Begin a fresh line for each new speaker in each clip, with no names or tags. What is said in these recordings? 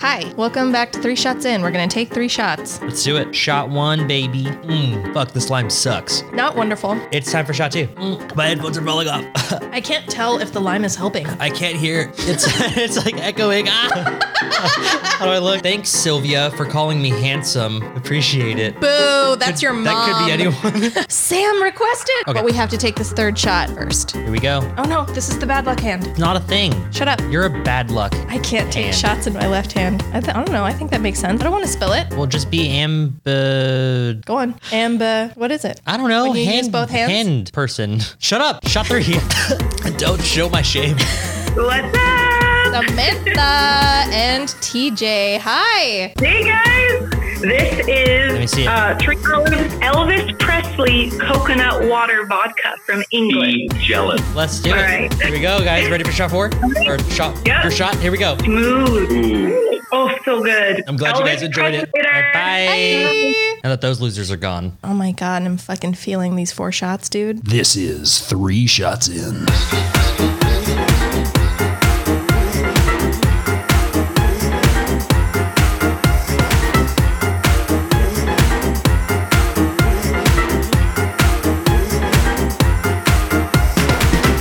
Hi, welcome back to Three Shots In. We're gonna take three shots.
Let's do it. Shot one, baby. Mm, fuck, this lime sucks.
Not wonderful.
It's time for shot two. Mm, my headphones are falling off.
I can't tell if the lime is helping.
I can't hear. It's it's like echoing. Ah. How do I look? Thanks, Sylvia, for calling me handsome. Appreciate it.
Boo, that's your mom.
That could be anyone.
Sam requested.
Okay.
But we have to take this third shot first.
Here we go.
Oh no, this is the bad luck hand.
Not a thing.
Shut up.
You're a bad luck.
I can't take
Hand.
shots in my left hand. I, th- I don't know. I think that makes sense. I don't want to spill it.
Well, just be amb.
Go on. Amber, what is it?
I don't know.
When you
hand,
use both hands?
Hand person. Shut up. Shot three. don't show my shame.
What's up?
Samantha and TJ. Hi.
Hey guys! This
Let me
is
see it.
uh, Three Olives Elvis Presley coconut water vodka from England.
jealous.
Let's do
All
it.
right.
Here we go, guys. Ready for shot four? Or shot
Yep.
for shot? Here we go.
Smooth.
Ooh.
Oh, so good.
I'm glad you
Elvis
guys enjoyed it.
Presley later.
Bye.
Hey.
Now that those losers are gone.
Oh my god, I'm fucking feeling these four shots, dude.
This is Three Shots In.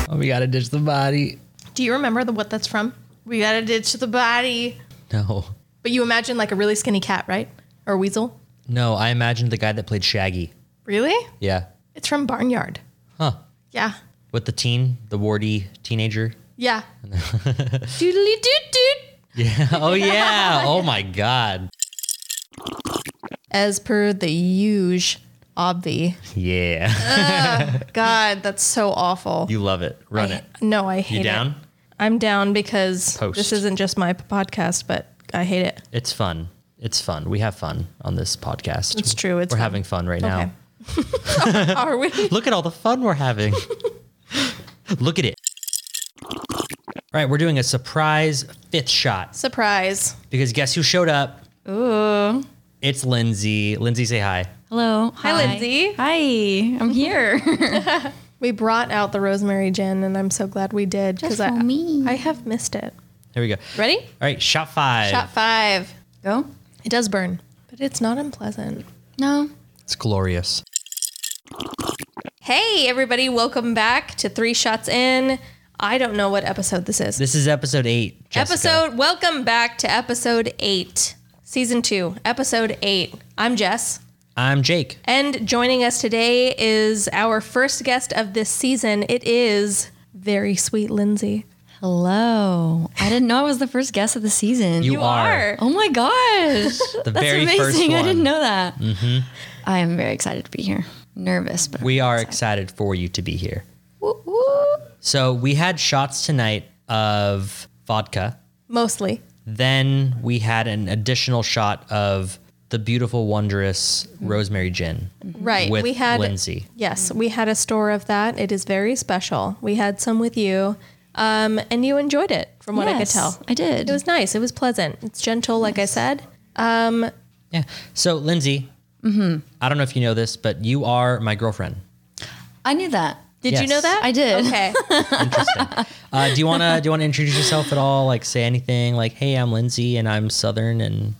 Oh, we gotta ditch the body.
Do you remember the what that's from? We gotta ditch the body.
No.
But you imagine like a really skinny cat, right? Or a weasel?
No, I imagined the guy that played Shaggy.
Really?
Yeah.
It's from Barnyard.
Huh.
Yeah.
With the teen, the warty teenager.
Yeah. Doodly doot doot.
Yeah. Oh yeah. Oh my god.
As per the huge obvi.
Yeah.
God, that's so awful.
You love it. Run it.
No, I hate
You
it.
down?
I'm down because
Post.
this isn't just my p- podcast, but I hate it.
It's fun. It's fun. We have fun on this podcast.
It's true, it's
we're
fun.
having fun right now.
Okay. Are we?
Look at all the fun we're having. Look at it. All right, we're doing a surprise fifth shot
Surprise.
because guess who showed up?
Ooh.
It's Lindsay. Lindsay, say hi.
Hello.
Hi, Lindsay.
Hi. I'm here.
We brought out the rosemary gin, and I'm so glad we did because
Just
I
for me.
I have missed it.
Here we go.
Ready?
All right, shot five.
Shot five.
Go?
It does burn, but it's not unpleasant.
No.
It's glorious.
Hey, everybody, welcome back to Three Shots In. I don't know what episode this is.
This is episode eight. Jessica.
episode, welcome back to episode eight, season two, episode eight. I'm Jess.
I'm Jake.
And joining us today is our first guest of this season. It is very sweet Lindsay.
Hello. I didn't know I was the first guest of the season.
You are.
Oh my gosh.
The
That's
very
amazing.
first one.
I didn't know that. Mm-hmm. I am very excited to be here. Nervous, but
We are excited for you to be here.
Woo, woo.
So we had shots tonight of vodka.
Mostly.
Then we had an additional shot of the beautiful, wondrous rosemary gin
Right.
with
we had
Lindsay.
Yes, we had a store of that. It is very special. We had some with you. Um, and you enjoyed it from what I could
Yes,
tell.
I did.
It was nice. It was pleasant. It's gentle, like I said.
Yeah. So, Lindsay, I don't know if you know this, but you are my girlfriend.
I knew that.
Did you
Yes.
know that?
I did.
Okay.
Interesting. uh, do you wanna do you wanna introduce yourself at all? Like, say anything? Like, hey, I'm Lindsay, and I'm Southern, and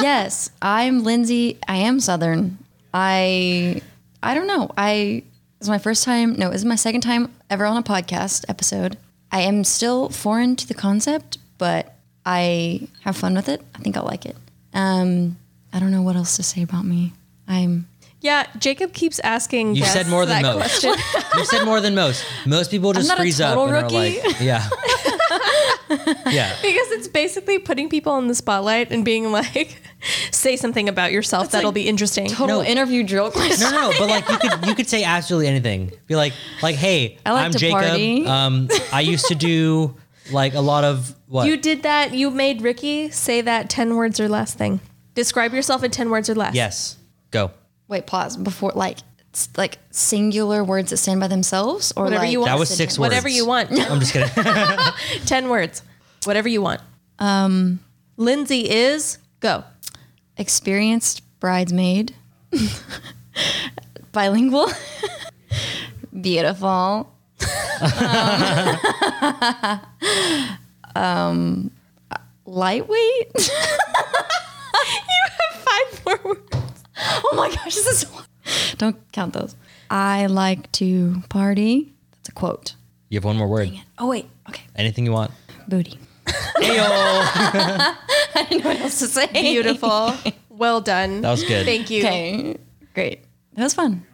yes, I'm Lindsay. I am Southern. I I don't know. I it was my first time. No, it was my second time ever on a podcast episode. I am still foreign to the concept, but I have fun with it. I think I'll like it. Um, I don't know what else to say about me. I'm
yeah, Jacob keeps asking.
You
guests
said more than
that
most.
question.
you said more than most. Most people just
not a
freeze up
total
and are
rookie.
like, yeah, yeah.
because it's basically putting people in the spotlight and being like, say something about yourself that'll
like
be interesting.
total interview drill
No,
question.
no, no, but like you could you could say absolutely anything. Be like, like, hey,
I like
I'm
to
Jacob.
party.
Um, I used to do like a lot of what
You did that. You made Ricky say that 10 words or less thing. Describe yourself in 10 words or less.
Yes. Go.
Wait, pause before like s- like singular words that stand by themselves or
Whatever
like,
you want.
That was six words.
Whatever you want.
I'm just kidding.
10 words. Whatever you want. Um, Lindsay is go.
experienced bridesmaid, bilingual, beautiful. um, um, lightweight. you have five more words. Oh my gosh, this is so- Don't count those. I like to party. That's a quote.
You have one more word.
Oh wait, okay.
Anything you want.
Booty.
Ayo.
What else to say?
Beautiful. well done.
That was good.
Thank you.
Okay, great. That was fun.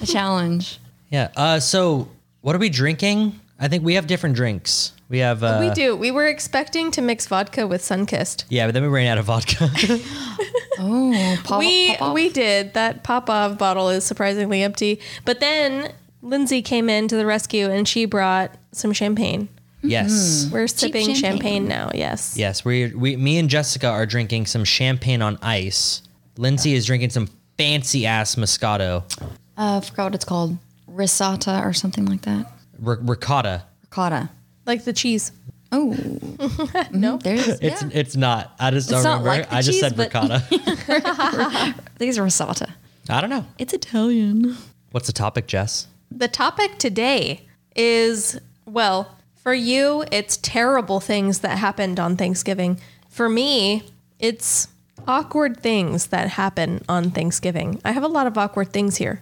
a challenge.
yeah. Uh, so what are we drinking? I think we have different drinks. We have. Uh,
Oh, We do. We were expecting to mix vodka with Sunkist.
Yeah, but then we ran out of vodka.
Oh, pop,
we
pop off.
we did that Popov bottle is surprisingly empty. But then Lindsay came in to the rescue and she brought some champagne.
yes.
We're sipping
champagne.
champagne. now. Yes.
Yes, we we me and Jessica are drinking some champagne on ice. Lindsay is drinking some fancy ass Moscato,
Uh, I forgot what it's called. Risata or something like that.
R- ricotta.
Ricotta.
Like the cheese.
Oh. no. Mm-hmm. There's,
It's
yeah.
it's not. I just don't
not
remember.
like the
I just
cheese,
said
but-
ricotta.
I think it's risata.
I don't know.
It's Italian.
What's the topic, Jess?
The topic today is well, for you it's terrible things that happened on Thanksgiving. For me, it's awkward things that happen on Thanksgiving. I have a lot of awkward things here.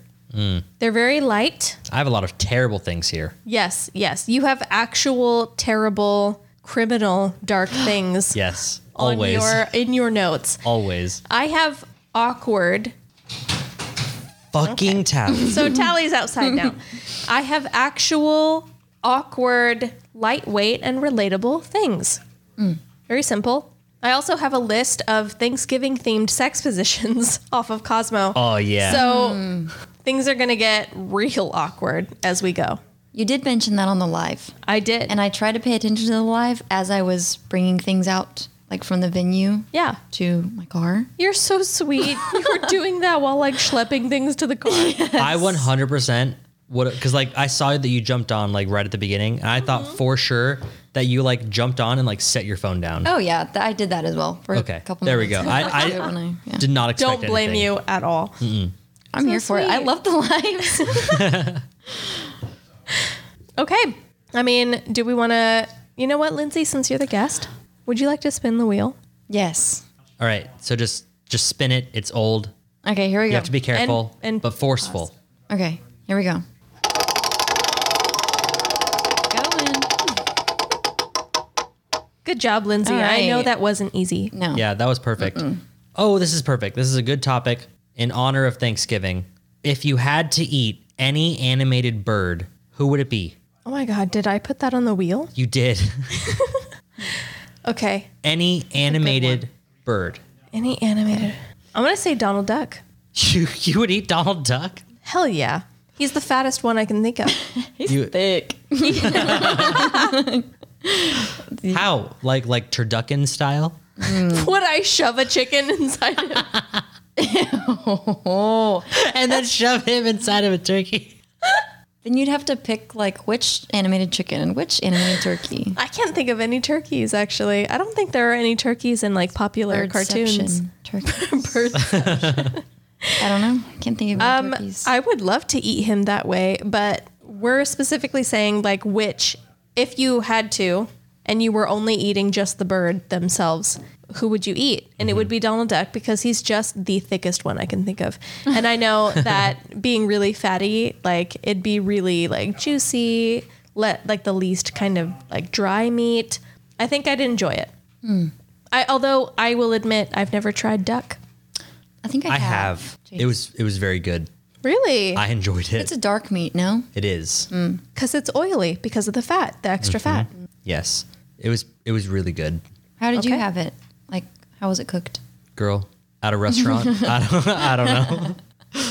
They're very light.
I have a lot of terrible things here.
Yes, yes. You have actual terrible criminal dark things
Yes,
on
always,
your Uh, in your notes.
always.
I have awkward.
Fucking towels.
So Tally's outside now. I have actual awkward, lightweight and relatable things. Very simple. I also have a list of Thanksgiving themed sex positions off of Cosmo.
Oh yeah.
So things are going to get real awkward as we go.
You did mention that on the live.
I did.
And I tried to pay attention to the live as I was bringing things out, like from the venue
yeah.
to my car.
You're so sweet. You were doing that while like schlepping things to the car.
I 100% would because like I saw that you jumped on like right at the beginning, and I
Mm-hmm.
thought for sure that you like jumped on and like set your phone down.
Oh, yeah. th- I did that as well for
Okay,
a couple
there we
minutes.
go. I- I-
did it when yeah.
Did not expect.
Don't blame
anything. Hmm.
you at all.
I'm here for it. I
sweet.
love the lives.
Okay. I mean, do we want to? You know what, Lindsay? Since you're the guest, would you like to spin the wheel?
yes.
All right, so just just spin it. It's old.
Okay, here we go.
You have to be careful
and
but forceful.
Okay, here we go. Going.
Good job, Lindsay.
All
I know
right.
that wasn't easy.
No.
Yeah, that was perfect. Oh, this is perfect. This is a good topic in honor of Thanksgiving. If you had to eat any animated bird, who would it be?
Oh my God, did I put that on the wheel?
You did
Okay.
any animated bird.
Any animated? I'm gonna say Donald Duck.
You you would eat Donald Duck?
Hell yeah. He's the fattest one I can think of.
You,
Thick.
how? Like like turducken style?
Would I shove a chicken inside him?
Oh.
And then shove him inside of a turkey.
Then you'd have to pick like which animated chicken and which animated turkey.
I can't think of any turkeys actually. I don't think there are any turkeys in like popular cartoons.
Birdception. Turkeys. I don't know. I can't think of any
Um,
turkeys.
I would love to eat him that way, but we're specifically saying like which, if you had to, and you were only eating just the bird themselves, who would you eat? And it would be Donald Duck because he's just the thickest one I can think of. And I know that being really fatty, like it'd be really like juicy, let like the least kind of like dry meat. I think I'd enjoy it. I, although I will admit I've never tried duck.
I think I,
I have.
Jeez.
It was it was very good.
Really?
I enjoyed
It's
it.
a Mm. dark meat, no?
It is.
because it's oily because of the fat, the extra
Mm-hmm.
fat.
Yes. It was it was really good.
How did you
Okay.
have it? Like, how was it cooked?
Girl, at a restaurant. I don't I don't know.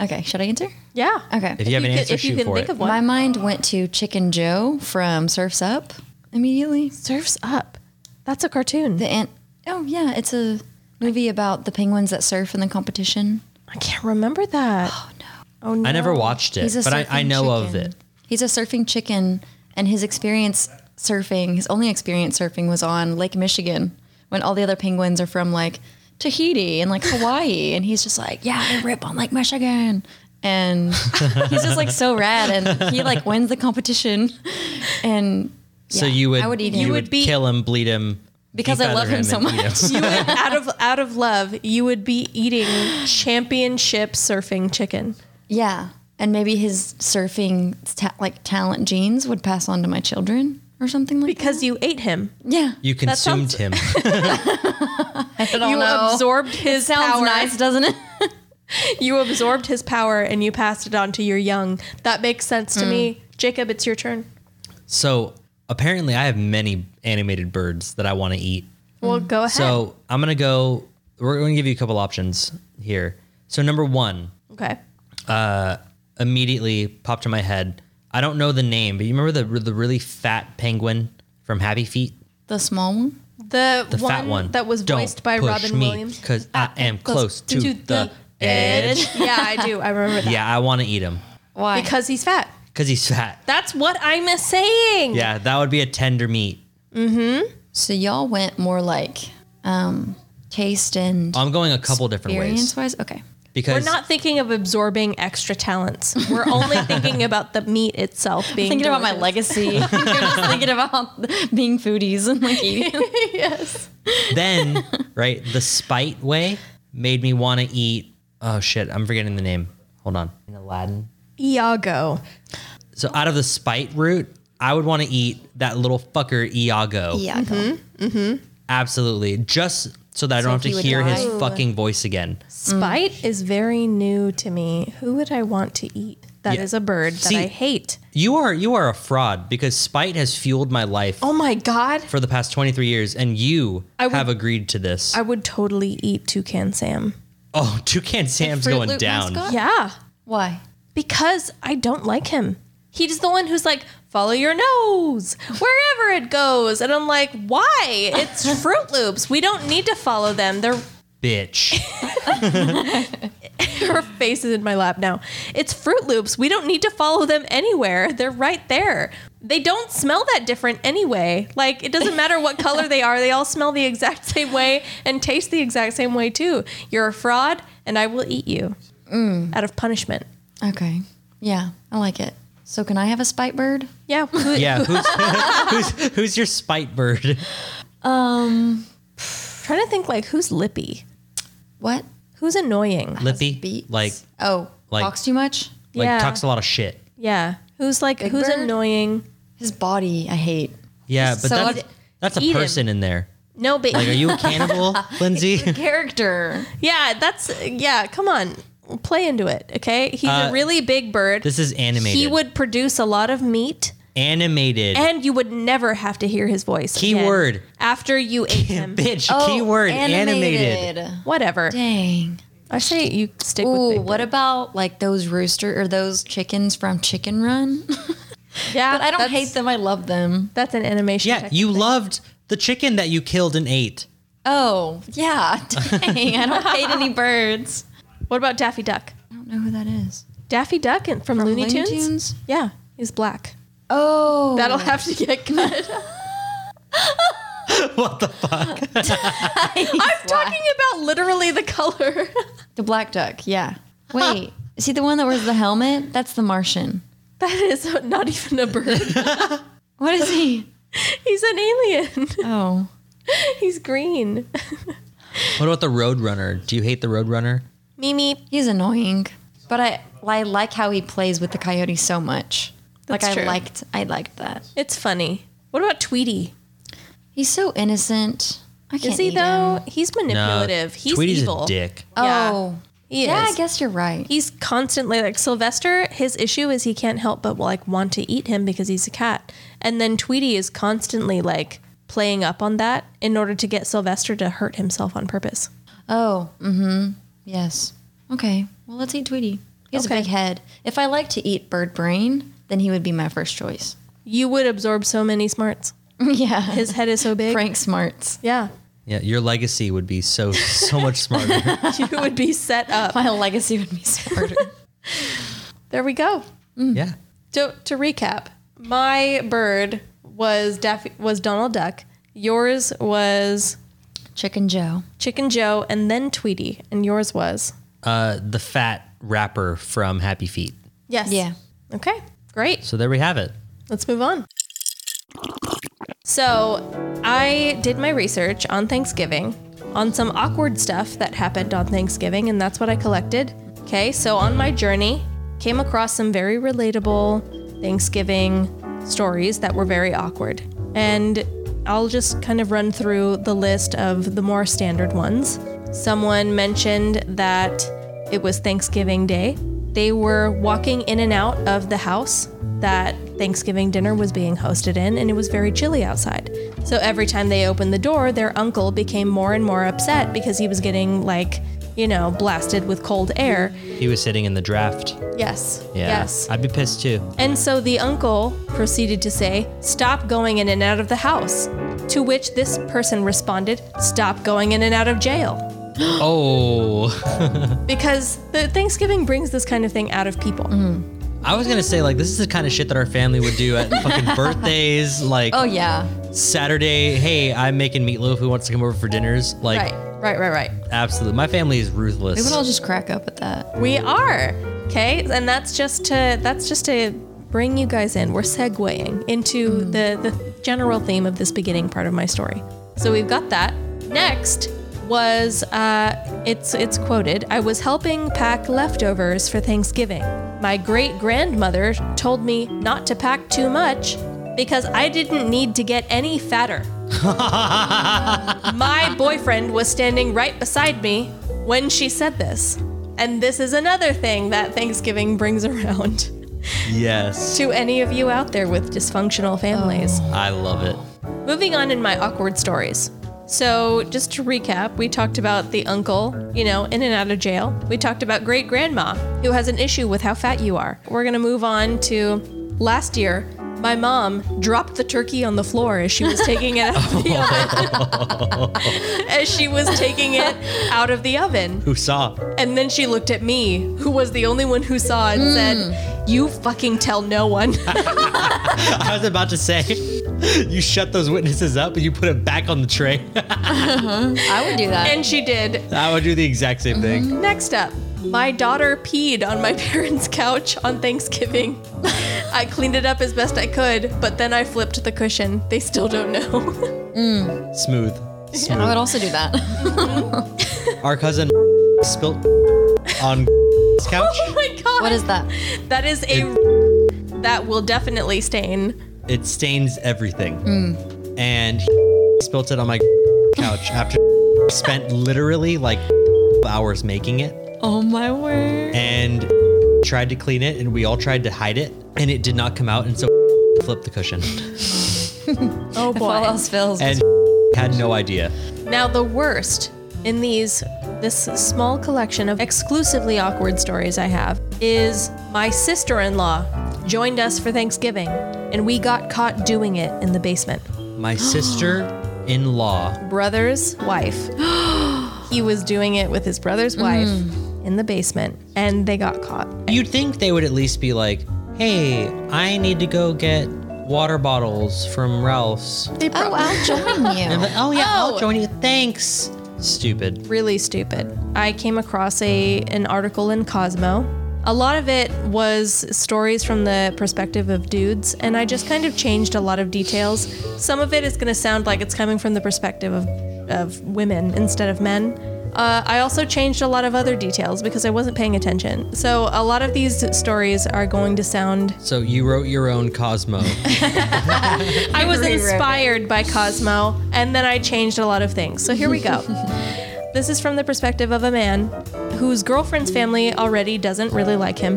Okay, should I answer?
Yeah.
Okay.
If you have an
could-
answer,
if you
shoot
can
for
think
it.
of one,
My mind went to Chicken Joe from Surf's Up immediately.
surfs up. That's a cartoon.
The ant. Oh yeah, it's a movie about the penguins that surf in the competition.
I can't remember that. Oh no. Oh no.
I never watched it,
He's a
but I,
surfing
I know of
chicken.
it.
He's a surfing chicken, and his experience surfing, his only experience surfing, was on Lake Michigan when all the other penguins are from like Tahiti and like Hawaii, and he's just like, yeah, I rip on Lake Michigan, and he's just like so rad, and he like wins the competition, and
So you would,
I would eat
you
him.
would, kill him, bleed him,
because I love
Defeather
him so
and then,
much.
you know.
You would, out of out of love, you would be eating championship surfing chicken.
Yeah, and maybe his surfing ta- like talent genes would pass on to my children or something like
Because you ate him.
that. Yeah,
You consumed
sounds-
him.
I don't
You
know.
absorbed his
Sounds
power.
nice, doesn't it?
You absorbed his power and you passed it on to your young. That makes sense to me. Jacob, it's your turn.
So apparently, I have many animated birds that I want to eat.
Well, go ahead.
So I'm gonna go. We're gonna give you a couple options here. So number one,
okay.
immediately popped in my head. I don't know the name, but you remember the the really fat penguin from Happy Feet,
The small one.
The,
the
one,
fat one
that was
Don't
voiced by
push
Robin
me,
Williams. Uh,
Cause I am close to, the, edge.
yeah, I do. I remember that.
Yeah, I want to eat him
Why?
Because he's fat.
because he's fat.
That's what I'm saying.
Yeah, that would be a tender meat.
so y'all went more like um, taste and
I'm going a couple different
experience
ways
wise. Okay.
We're
because
not thinking of absorbing extra talents. We're only thinking about the meat itself being
Thinking about my
delicious.
legacy. You're just thinking about being foodies and like eating.
then right the spite way made me want to eat. Oh shit, I'm forgetting the name. Hold on, In Aladdin.
Iago.
So out of the spite route, I would want to eat that little fucker Iago.
Yeah. go.
Absolutely. Just so that I don't
if he
have to
would
hear
die.
his fucking voice again.
Spite is very new to me. Who would I want to eat? That is
Yeah.
a bird that
See-
I hate.
You are you are a fraud because spite has fueled my life
Oh my god.
for the past 23 years and you
would-
have agreed to this.
I would totally eat Toucan Sam.
oh, Toucan Sam's
Fruit
going
Loop
down.
mascot?
Yeah.
Why?
Because I don't like him. He's the one who's like, follow your nose wherever it goes. And I'm like, why? It's Fruit Loops. We don't need to follow them. They're
Bitch.
her face is in my lap now. It's Fruit Loops. We don't need to follow them anywhere. They're right there. They don't smell that different anyway. Like it doesn't matter what color they are. They all smell the exact same way and taste the exact same way too. You're a fraud, and I will eat you out of punishment.
Okay. Yeah, I like it. So can I have a spite bird?
Yeah. who-
Yeah, who's, who's who's your spite bird?
trying to think like who's lippy,
What?
who's annoying.
Lippy?
Beats?
Like
oh,
like-
talks too much.
like
Yeah.
talks a lot of shit.
Yeah. Who's like who's
Bird?
annoying?
His body, I hate.
Yeah, but
So
that's
I'd
that's a
eat him.
person in there.
No, but
Like are you a cannibal, Lindsay?
Character.
yeah, that's yeah. Come on, play into it. Okay, he's
Uh,
a really big bird.
This is animated.
He would produce a lot of meat,
animated.
and you would never have to hear his voice. again
Keyword.
after you ate him.
Bitch, keyword animated.
Whatever.
Oh, Dang.
I say you stick with.
Ooh,
big
what
bird.
about like those rooster or those chickens from Chicken Run?
Yeah,
but I don't
that's-
hate them. I love them.
That's an animation.
Yeah,
technique.
you loved the chicken that you killed and ate.
Oh, yeah. Dang. I don't hate any birds.
What about Daffy Duck?
I don't know who that is.
Daffy Duck and from, Looney, Tunes?
Tunes?
Yeah, he's black.
Oh.
That'll have to get cut.
What the fuck?
I'm talking about literally the color.
The black duck. Yeah. Wait. Is he the one that wears the helmet? That's the Martian.
that is not even a bird.
What is he?
He's an alien.
Oh.
He's green.
What about the Roadrunner? Do you hate the Roadrunner?
Mimi.
He's annoying, but I I like how he plays with the coyote so much.
That's
like
true.
I liked I liked that.
It's funny. What about Tweety?
He's so innocent. I can't
Is he
eat
though?
him.
He's manipulative. He's
Tweety's
evil.
a dick.
Yeah,
Oh.
he
Yeah,
is.
I guess you're right.
He's constantly like Sylvester. His issue is he can't help but like want to eat him because he's a cat. And then Tweety is constantly like playing up on that in order to get Sylvester to hurt himself on purpose.
Oh, mm-hmm. Yes. Okay. Well, let's eat Tweety. He has
Okay.
a big head. If I like to eat bird brain, then he would be my first choice.
You would absorb so many smarts.
yeah.
His head is so big.
Frank smarts.
Yeah,
Yeah, your legacy would be so so much smarter.
you would be set up.
My legacy would be smarter.
There we go.
yeah.
To, to recap, my bird was Daffy, was Donald Duck. Yours was
Chicken Joe.
Chicken Joe, and then Tweety, and yours was
Uh, the fat rapper from Happy Feet.
yes.
Yeah.
Okay. Great.
So there we have it.
Let's move on. So I did my research on Thanksgiving, on some awkward stuff that happened on Thanksgiving, and that's what I collected. Okay, so on my journey, came across some very relatable Thanksgiving stories that were very awkward. And I'll just kind of run through the list of the more standard ones. Someone mentioned that it was Thanksgiving Day. They were walking in and out of the house that Thanksgiving dinner was being hosted in, and it was very chilly outside. So every time they opened the door, their uncle became more and more upset because he was getting, like, you know, blasted with cold air.
He was sitting in the draft.
Yes.
Yeah.
Yes.
I'd be pissed too.
And so the uncle proceeded to say, Stop going in and out of the house. To which this person responded, Stop going in and out of jail.
Oh,
Because the Thanksgiving brings this kind of thing out of people.
I was gonna say like this is the kind of shit that our family would do at fucking birthdays, like
Oh yeah.
Saturday. Hey, I'm making meatloaf. Who wants to come over for dinners? Like,
Right.
Right, right, right.
absolutely. My family is ruthless.
We would all just crack up at that.
We are. Okay? And that's just to that's just to bring you guys in. We're segueing into the, the general theme of this beginning part of my story. So we've got that. Next was uh, it's it's quoted, I was helping pack leftovers for Thanksgiving. My great grandmother told me not to pack too much because I didn't need to get any fatter. My boyfriend was standing right beside me when she said this. And this is another thing that Thanksgiving brings around
yes,
to any of you out there with dysfunctional families.
I love it.
Moving on in my awkward stories. So, just to recap, we talked about the uncle, you know, in and out of jail. We talked about great grandma, who has an issue with how fat you are. We're going to move on to last year. My mom dropped the turkey on the floor as she was taking it out of the oven. as she was taking it out of the oven.
Who saw?
And then she looked at me, who was the only one who saw and said, You fucking tell no one.
I was about to say, you shut those witnesses up and you put it back on the tray.
I would do that.
and she did.
I would do the exact same thing.
Next up, my daughter peed on my parents' couch on Thanksgiving. I cleaned it up as best I could, but then I flipped the cushion. They still don't know. Oh
Smooth. Smooth.
Mm-hmm. I would also do that.
Our cousin spilt on couch.
oh my god.
what is that?
That is a that will definitely stain.
It stains everything.
Mm.
And he spilt it on my couch after spent literally like hours making it
Oh my word.
and tried to clean it and we all tried to hide it and it did not come out and so flipped the cushion
Oh
If all else fails.
and had no idea.
Now the worst in these this small collection of exclusively awkward stories I have is my sister-in-law joined us for Thanksgiving and we got caught doing it in the basement.
My sister in law
brother's wife. he was doing it with his brother's wife in the basement, and they got caught.
You'd think they would at least be like, "Hey, I need to go get water bottles from Ralph's."
oh, I'll join you.
But, oh yeah,
Oh.
I'll join you. Thanks. Stupid.
Really stupid. I came across a an article in Cosmo. A lot of it was stories from the perspective of dudes, and I just kind of changed a lot of details. Some of it is going to sound like it's coming from the perspective of, of women instead of men. Uh, I also changed a lot of other details because I wasn't paying attention. So, a lot of these stories are going to sound
So you wrote your own Cosmo.
I was
Rewrote it.
inspired by Cosmo, and then I changed a lot of things. So here we go. this is from the perspective of a man whose girlfriend's family already doesn't really like him.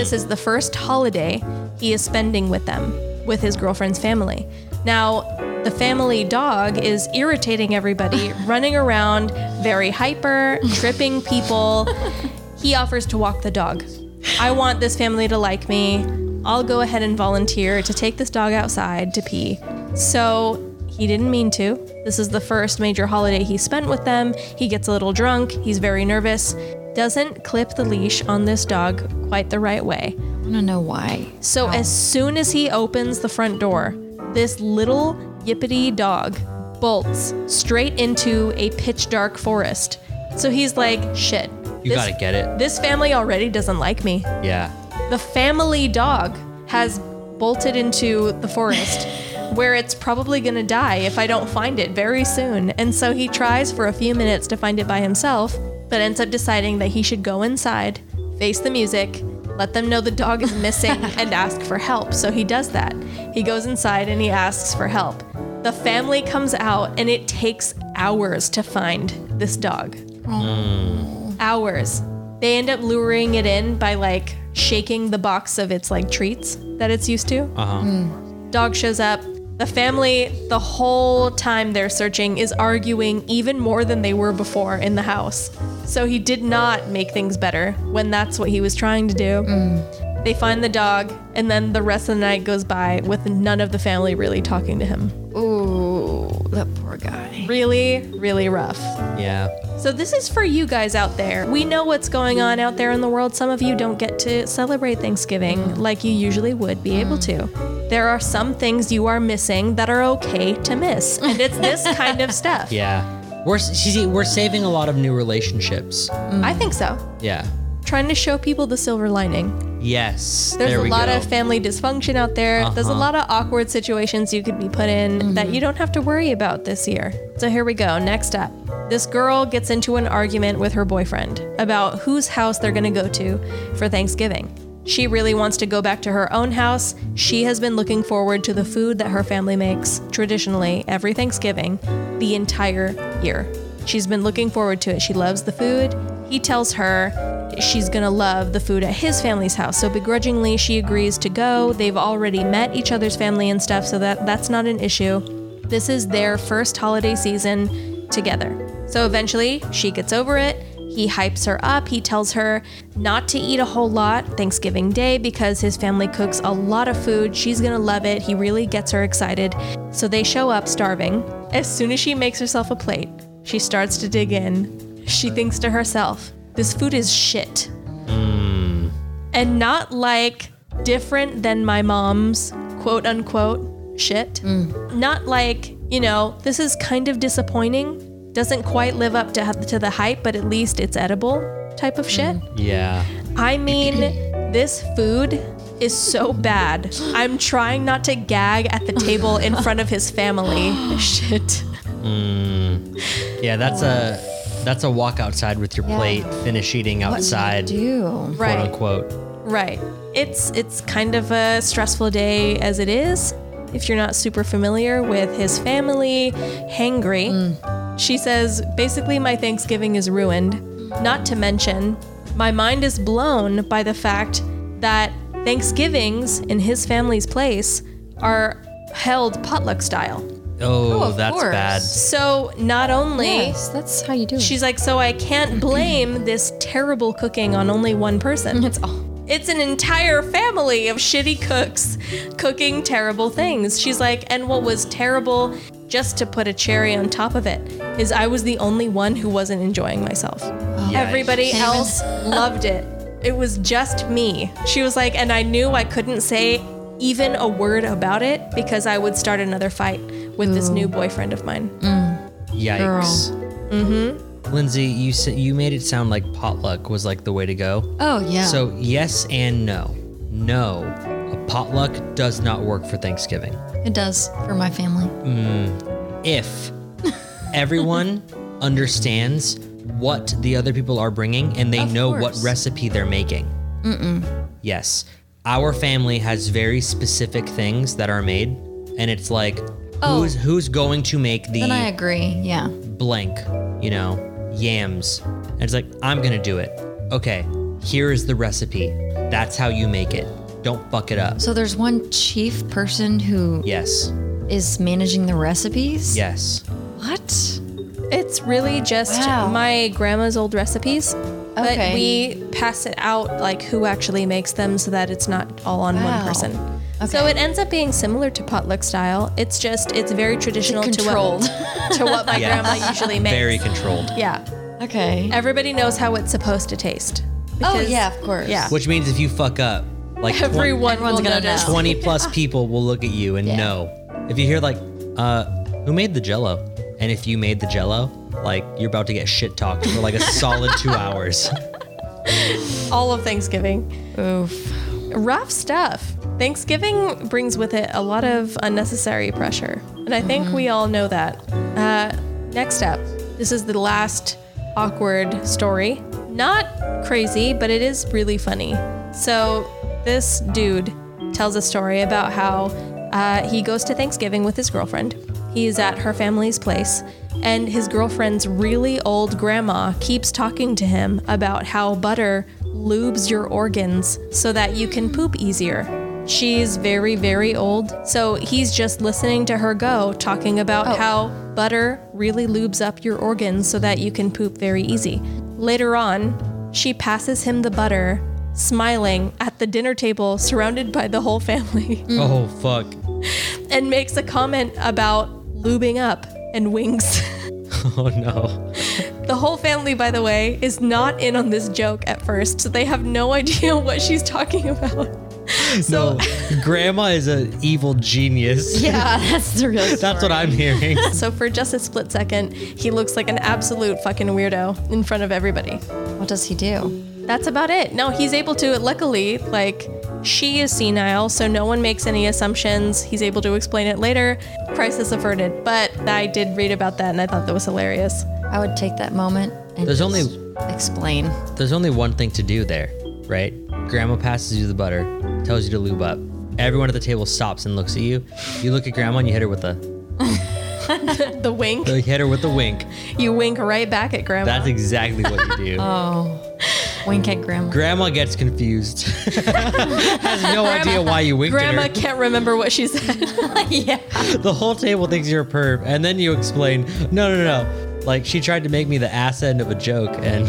This is the first holiday he is spending with them, with his girlfriend's family. Now, the family dog is irritating everybody, running around, very hyper, tripping people. He offers to walk the dog. I want this family to like me. I'll go ahead and volunteer to take this dog outside to pee. So he didn't mean to. This is the first major holiday he spent with them. He gets a little drunk. He's very nervous. Doesn't clip the leash on this dog quite the right way.
I don't know why.
So as soon as he opens the front door, this little yippity dog bolts straight into a pitch dark forest. So he's like, shit.
You gotta get it.
This family already doesn't like me.
Yeah.
The family dog has bolted into the forest, where it's probably going to die if I don't find it very soon. And so he tries for a few minutes to find it by himself, but ends up deciding that he should go inside, face the music, let them know the dog is missing, and ask for help. So he does that. He goes inside and he asks for help. The family comes out, and it takes hours to find this dog hours. They end up luring it in by like shaking the box of its like treats that it's used to. Uh-huh. Dog shows up. The family, the whole time they're searching, is arguing even more than they were before in the house. So he did not make things better when that's what he was trying to do. They find the dog, and then the rest of the night goes by with none of the family really talking to him.
Ooh, that poor guy.
Really, really rough.
Yeah.
So, this is for you guys out there. We know what's going on out there in the world. Some of you don't get to celebrate Thanksgiving like you usually would be able to. There are some things you are missing that are okay to miss, and it's this kind of stuff.
Yeah. We're s- see, see, we're saving a lot of new relationships.
I think so.
Yeah.
Trying to show people the silver lining.
Yes.
There's
there
a
we
lot
go. Uh-huh.
of family dysfunction out there. There's a lot of awkward situations you could be put in
Mm-hmm.
that you don't have to worry about this year. So here we go. Next up. This girl gets into an argument with her boyfriend about whose house they're going to go to for Thanksgiving. She really wants to go back to her own house. She has been looking forward to the food that her family makes traditionally every Thanksgiving the entire year. She's been looking forward to it. She loves the food. He tells her she's going to love the food at his family's house. So begrudgingly, she agrees to go. They've already met each other's family and stuff, so that that's not an issue. This is their first holiday season together. So eventually, she gets over it. He hypes her up. He tells her not to eat a whole lot Thanksgiving Day because his family cooks a lot of food. She's going to love it. He really gets her excited. So they show up starving. As soon as she makes herself a plate, she starts to dig in. She thinks to herself, this food is shit
Hmm.
and not like different than my mom's quote unquote shit. Not like, you know, this is kind of disappointing, doesn't quite live up to, to the hype, but at least it's edible type of shit.
Hmm. Yeah.
I mean, this food is so bad. I'm trying not to gag at the table in front of his family. Shit.
Yeah. That's a that's a walk outside with your
Yeah.
plate. Finish eating outside.
What do you do?
Quote
Right.
unquote.
Right. It's it's kind of a stressful day as it is. If you're not super familiar with his family, hangry. She says, basically my Thanksgiving is ruined. Not to mention, my mind is blown by the fact that Thanksgivings in his family's place are held potluck style.
Oh,
of
that's
course.
bad.
So not only
Yes, that's how you do it.
She's like, so I can't blame this terrible cooking on only one person.
it's all.
It's an entire family of shitty cooks cooking terrible things. She's like, and what was terrible, just to put a cherry on top of it, is I was the only one who wasn't enjoying myself. Everybody
Can't even-
else loved it. It was just me. She was like, and I knew I couldn't say even a word about it because I would start another fight with this new boyfriend of mine.
Yikes. Mm-hmm. Lindsay, you sa- you made it sound like potluck was like the way to go.
Oh yeah.
So yes and no. No, a potluck does not work for Thanksgiving.
it does for my family.
If everyone understands what the other people are bringing and they
Of
know
course.
what recipe they're making. Mm-mm. Yes. Our family has very specific things that are made, and it's like,
Oh.
who's who's going to make the
Then I agree. Yeah.
blank, you know, yams. And it's like, I'm gonna do it. Okay, here is the recipe. That's how you make it. Don't fuck it up.
So there's one chief person who is
Yes,
managing the recipes.
yes.
What?
It's really just
Wow.
my grandma's old recipes. But
Okay.
we pass it out like who actually makes them so that it's not all on one
Wow.
person. So
Okay.
it ends up being similar to potluck style. It's just it's very traditional to
Controlled.
what, to what my
Yeah.
grandma usually makes.
Very controlled.
Yeah.
okay.
Everybody knows how it's supposed to taste.
Oh
Because-
yeah, of course.
Yeah.
Which means if you fuck up, like 20
Everyone
Everyone's
will
gonna
notice.
know.
20 plus people will look at you and
Yeah.
know. If you hear, like, uh, who made the jello? And if you made the jello, like, you're about to get shit talked for like a solid two hours.
All of Thanksgiving.
Oof.
Rough stuff. Thanksgiving brings with it a lot of unnecessary pressure, and I think we all know that. Uh, next up, this is the last awkward story. Not crazy, but it is really funny. So, this dude tells a story about how uh, he goes to Thanksgiving with his girlfriend. He is at her family's place, and his girlfriend's really old grandma keeps talking to him about how butter lubes your organs so that you can poop easier. She's very, very old, so he's just listening to her go, talking about how butter really lubes up your organs so that you can poop very easy. Later on, she passes him the butter, smiling at the dinner table surrounded by the whole family,
Mm.
Oh fuck.
and makes a comment about lubing up and wings.
Oh no.
The whole family, by the way, is not in on this joke at first, so they have no idea what she's talking about. So
no. Grandma is an evil genius.
Yeah, that's the real story.
That's what I'm hearing.
So for just a split second, he looks like an absolute fucking weirdo in front of everybody.
What does he do?
That's about it. No, he's able to luckily like she is senile, so no one makes any assumptions. He's able to explain it later. Crisis averted. But I did read about that and I thought that was hilarious.
I would take that moment and
There's
just
only-
explain.
There's only one thing to do there, right? Grandma passes you the butter, tells you to lube up. Everyone at the table stops and looks at you. You look at grandma and you hit her with a
The wink.
you hit her with a wink.
You wink right back at grandma.
That's exactly what you do.
Oh, wink at grandma.
Grandma gets confused. Has no idea why you winked
grandma
at her.
can't remember what she said.
yeah.
The whole table thinks you're a perv, and then you explain, no, no, no. Like she tried to make me the ass end of a joke, and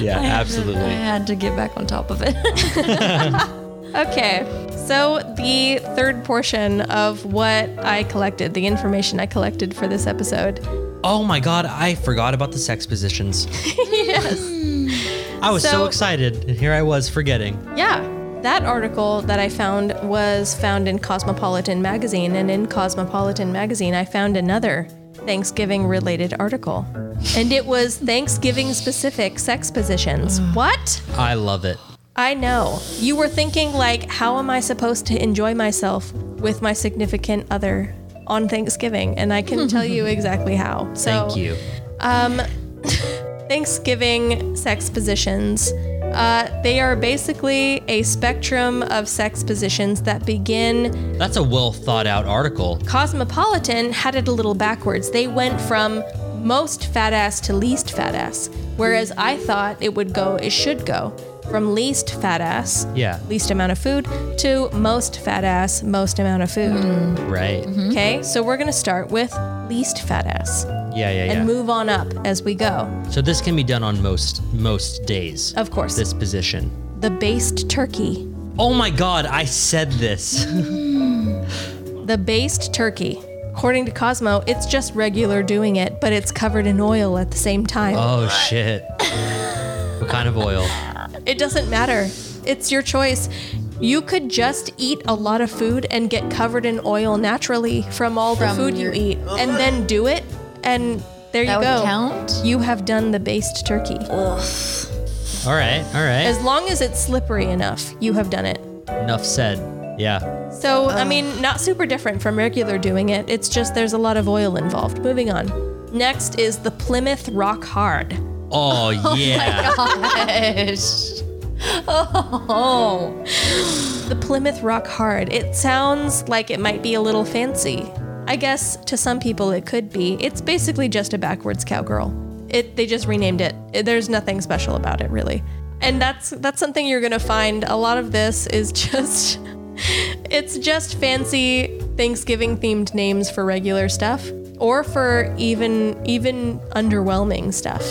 yeah,
I
absolutely.
had to get back on top of it.
Okay. So, the third portion of what I collected, the information I collected for this episode.
Oh my god, I forgot about the sex positions. I was so,
So-
excited, and here I was forgetting.
Yeah. That article that I found was found in Cosmopolitan magazine, and in Cosmopolitan magazine, I found another Thanksgiving related article. And it was Thanksgiving specific sex positions. What?
I love it.
I know. You were thinking, like, how am I supposed to enjoy myself with my significant other on Thanksgiving? And I can tell you exactly how. So,
Thank you.
Thanksgiving sex positions. Uh, they are basically a spectrum of sex positions that begin.
That's a well thought out article.
Cosmopolitan had it a little backwards. They went from most fat ass to least fat ass, whereas I thought it would go, it should go from least fat ass,
Yeah.
least amount of food, to most fat ass, most amount of food.
Right.
Okay, so we're gonna start with least fat ass
Yeah, yeah, yeah.
and move on up as we go.
so this can be done on most most days.
Of course.
This position.
The based turkey.
Oh my god, I said this.
The based turkey. According to Cosmo, it's just regular doing it, but it's covered in oil at the same time.
Oh shit. what kind of oil?
It doesn't matter. It's your choice. You could just eat a lot of food and get covered in oil naturally from all the
From
food
your-
you eat, and then do it, and there you
That would
go.
count?
You have done the based turkey.
All right, all right.
As long as it's slippery enough, you have done it.
Enough said. Yeah.
So, I mean, not super different from regular doing it. It's just there's a lot of oil involved. Moving on. Next is the Plymouth Rock Hard.
Oh yeah.
Gosh. Oh.
The Plymouth Rock Hard. It sounds like it might be a little fancy. I guess to some people it could be. It's basically just a backwards cowgirl. It they just renamed it. It- There's nothing special about it really. And that's that's something you're going to find a lot of this is just it's just fancy Thanksgiving themed names for regular stuff or for even even underwhelming stuff.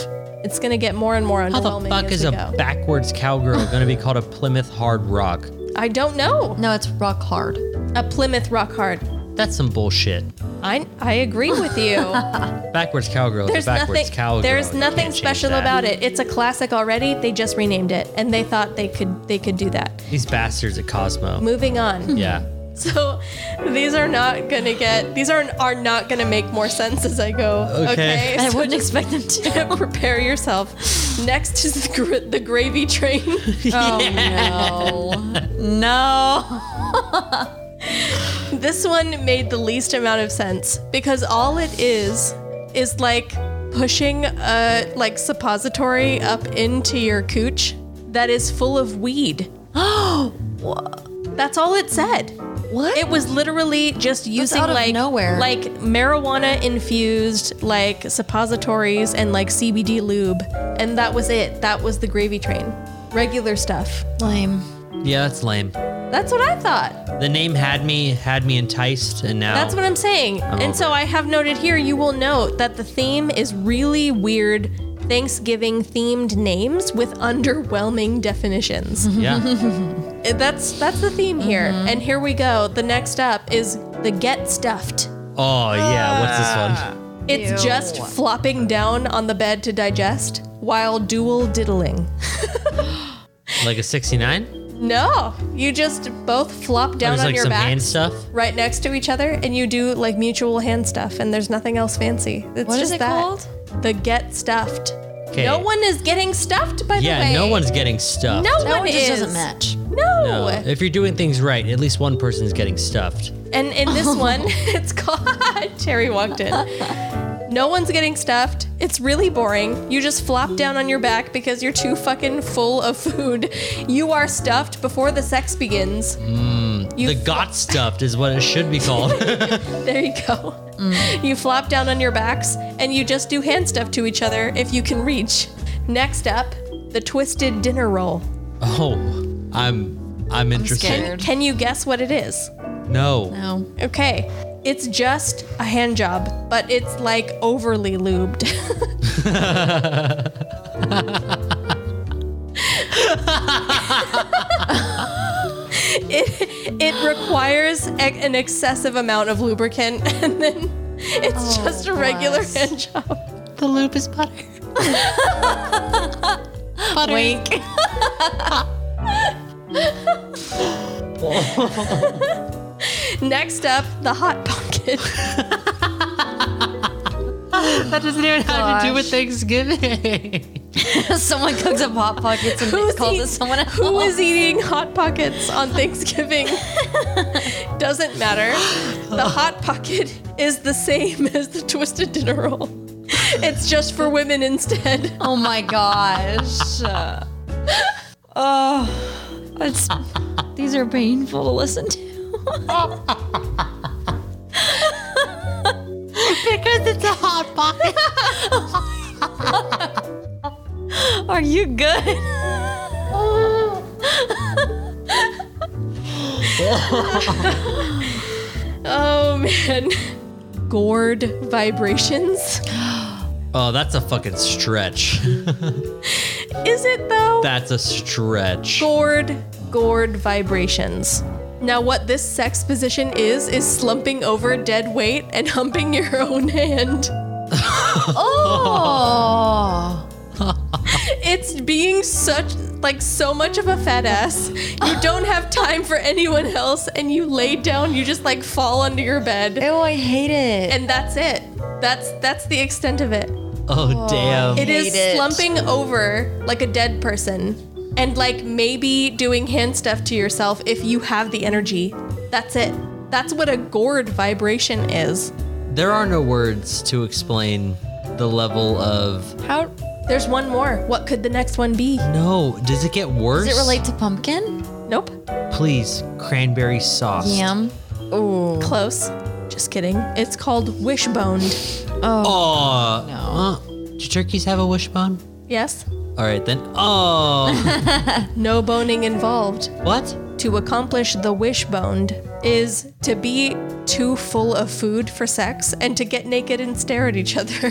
It's going to get more and more
How
underwhelming
the fuck
as
is
we
a
go.
backwards cowgirl gonna be called a Plymouth Hard Rock?
I don't know.
No, it's rock hard.
A Plymouth Rock Hard.
That's some bullshit.
I, I agree with you.
Backwards cowgirl
There's
is a backwards
nothing
cowgirl.
there's
You
nothing
can't change
special
that.
about it. It's a classic already. They just renamed it and they thought they could they could do that.
These bastards at Cosmo.
Moving on.
Yeah.
So these are not going to get these are are not going to make more sense as I go.
Okay.
Okay.
I
So
wouldn't expect them to.
prepare yourself. Next is the, gr- the gravy train.
Oh, No.
This one made the least amount of sense because all it is is like pushing a like suppository up into your cooch that is full of weed. Oh, that's all it said.
What?
It was literally just using
out of
like
nowhere.
like marijuana infused like suppositories and like CBD lube, and that was it. That was the gravy train. Regular stuff.
lame.
Yeah, that's lame.
That's what I thought.
The name had me had me enticed, and now
That's what I'm saying.
Oh,
and so I have noted here, you will note that the theme is really weird Thanksgiving themed names with underwhelming definitions.
Mm-hmm. yeah.
Uh, that's that's the theme here.
Mm-hmm.
And here we go. The next up is the get stuffed.
Oh yeah. What's this
Ah.
one?
It's just flopping down on the bed to digest while dual diddling.
Like a sixty-nine?
No, you just both flop down
Oh, There's
on
like
your
some
back
hand stuff.
right next to each other and you do like mutual hand stuff and there's nothing else fancy. It's
What
just
is it
that.
called?
The get stuffed.
'Kay.
No one is getting stuffed by the
Yeah.
way.
No one's getting stuffed.
No,
That
one,
one just
is.
doesn't match.
No.
No. If you're doing things right, at least one person's getting stuffed.
And in this one, it's called Terry walked in. No one's getting stuffed. It's really boring. You just flop down on your back because you're too fucking full of food. You are stuffed before the sex begins. You
Mm, the
fl-
got stuffed is what it should be called.
There you go. You flop down on your backs and you just do hand stuff to each other if you can reach. Next up, the twisted dinner roll.
oh, I'm I'm interested.
scared.
Can you guess what it is?
no.
No.
Okay. It's just a hand job, but it's like overly lubed. it, it requires a, an excessive amount of lubricant, and then it's just a regular
bless.
hand job.
The loop is butter. butter. Wink.
Next up, the hot pocket.
That doesn't even have
to do with
Thanksgiving.
someone cooks up hot pockets and
Who's
calls
eat-
it someone else.
Who is eating Hot Pockets on Thanksgiving? Doesn't matter. The Hot Pocket is the same as the Twisted Dinner Roll. It's just for women instead.
Oh my gosh. Uh, oh, it's, these are painful to listen to. because it's a hot pocket. are you good?
Oh man. Gourd vibrations.
Oh, that's a fucking stretch.
Is it though?
That's a stretch.
gourd, gourd vibrations. Now, what this sex position is, is slumping over dead weight and humping your own hand.
Oh.
It's being such like so much of a fat ass. You don't have time for anyone else and you lay down, you just like fall under your bed
Oh, I hate it.
and that's it. That's that's the extent of it.
Oh damn.
It is
Hate it.
slumping over like a dead person and like maybe doing hand stuff to yourself if you have the energy. That's it. That's what a gourd vibration is.
There are no words to explain the level of
How There's one more. What could the next one be?
no. Does it get worse?
Does it relate to pumpkin?
Nope.
Please, cranberry sauce.
Yam. Ooh.
Close. Just kidding. It's called wishboned.
Oh
No.
Uh, do turkeys have a wishbone?
Yes?
All right then. Oh,
No boning involved.
what?
To accomplish the wishboned is to be too full of food for sex and to get naked and stare at each other.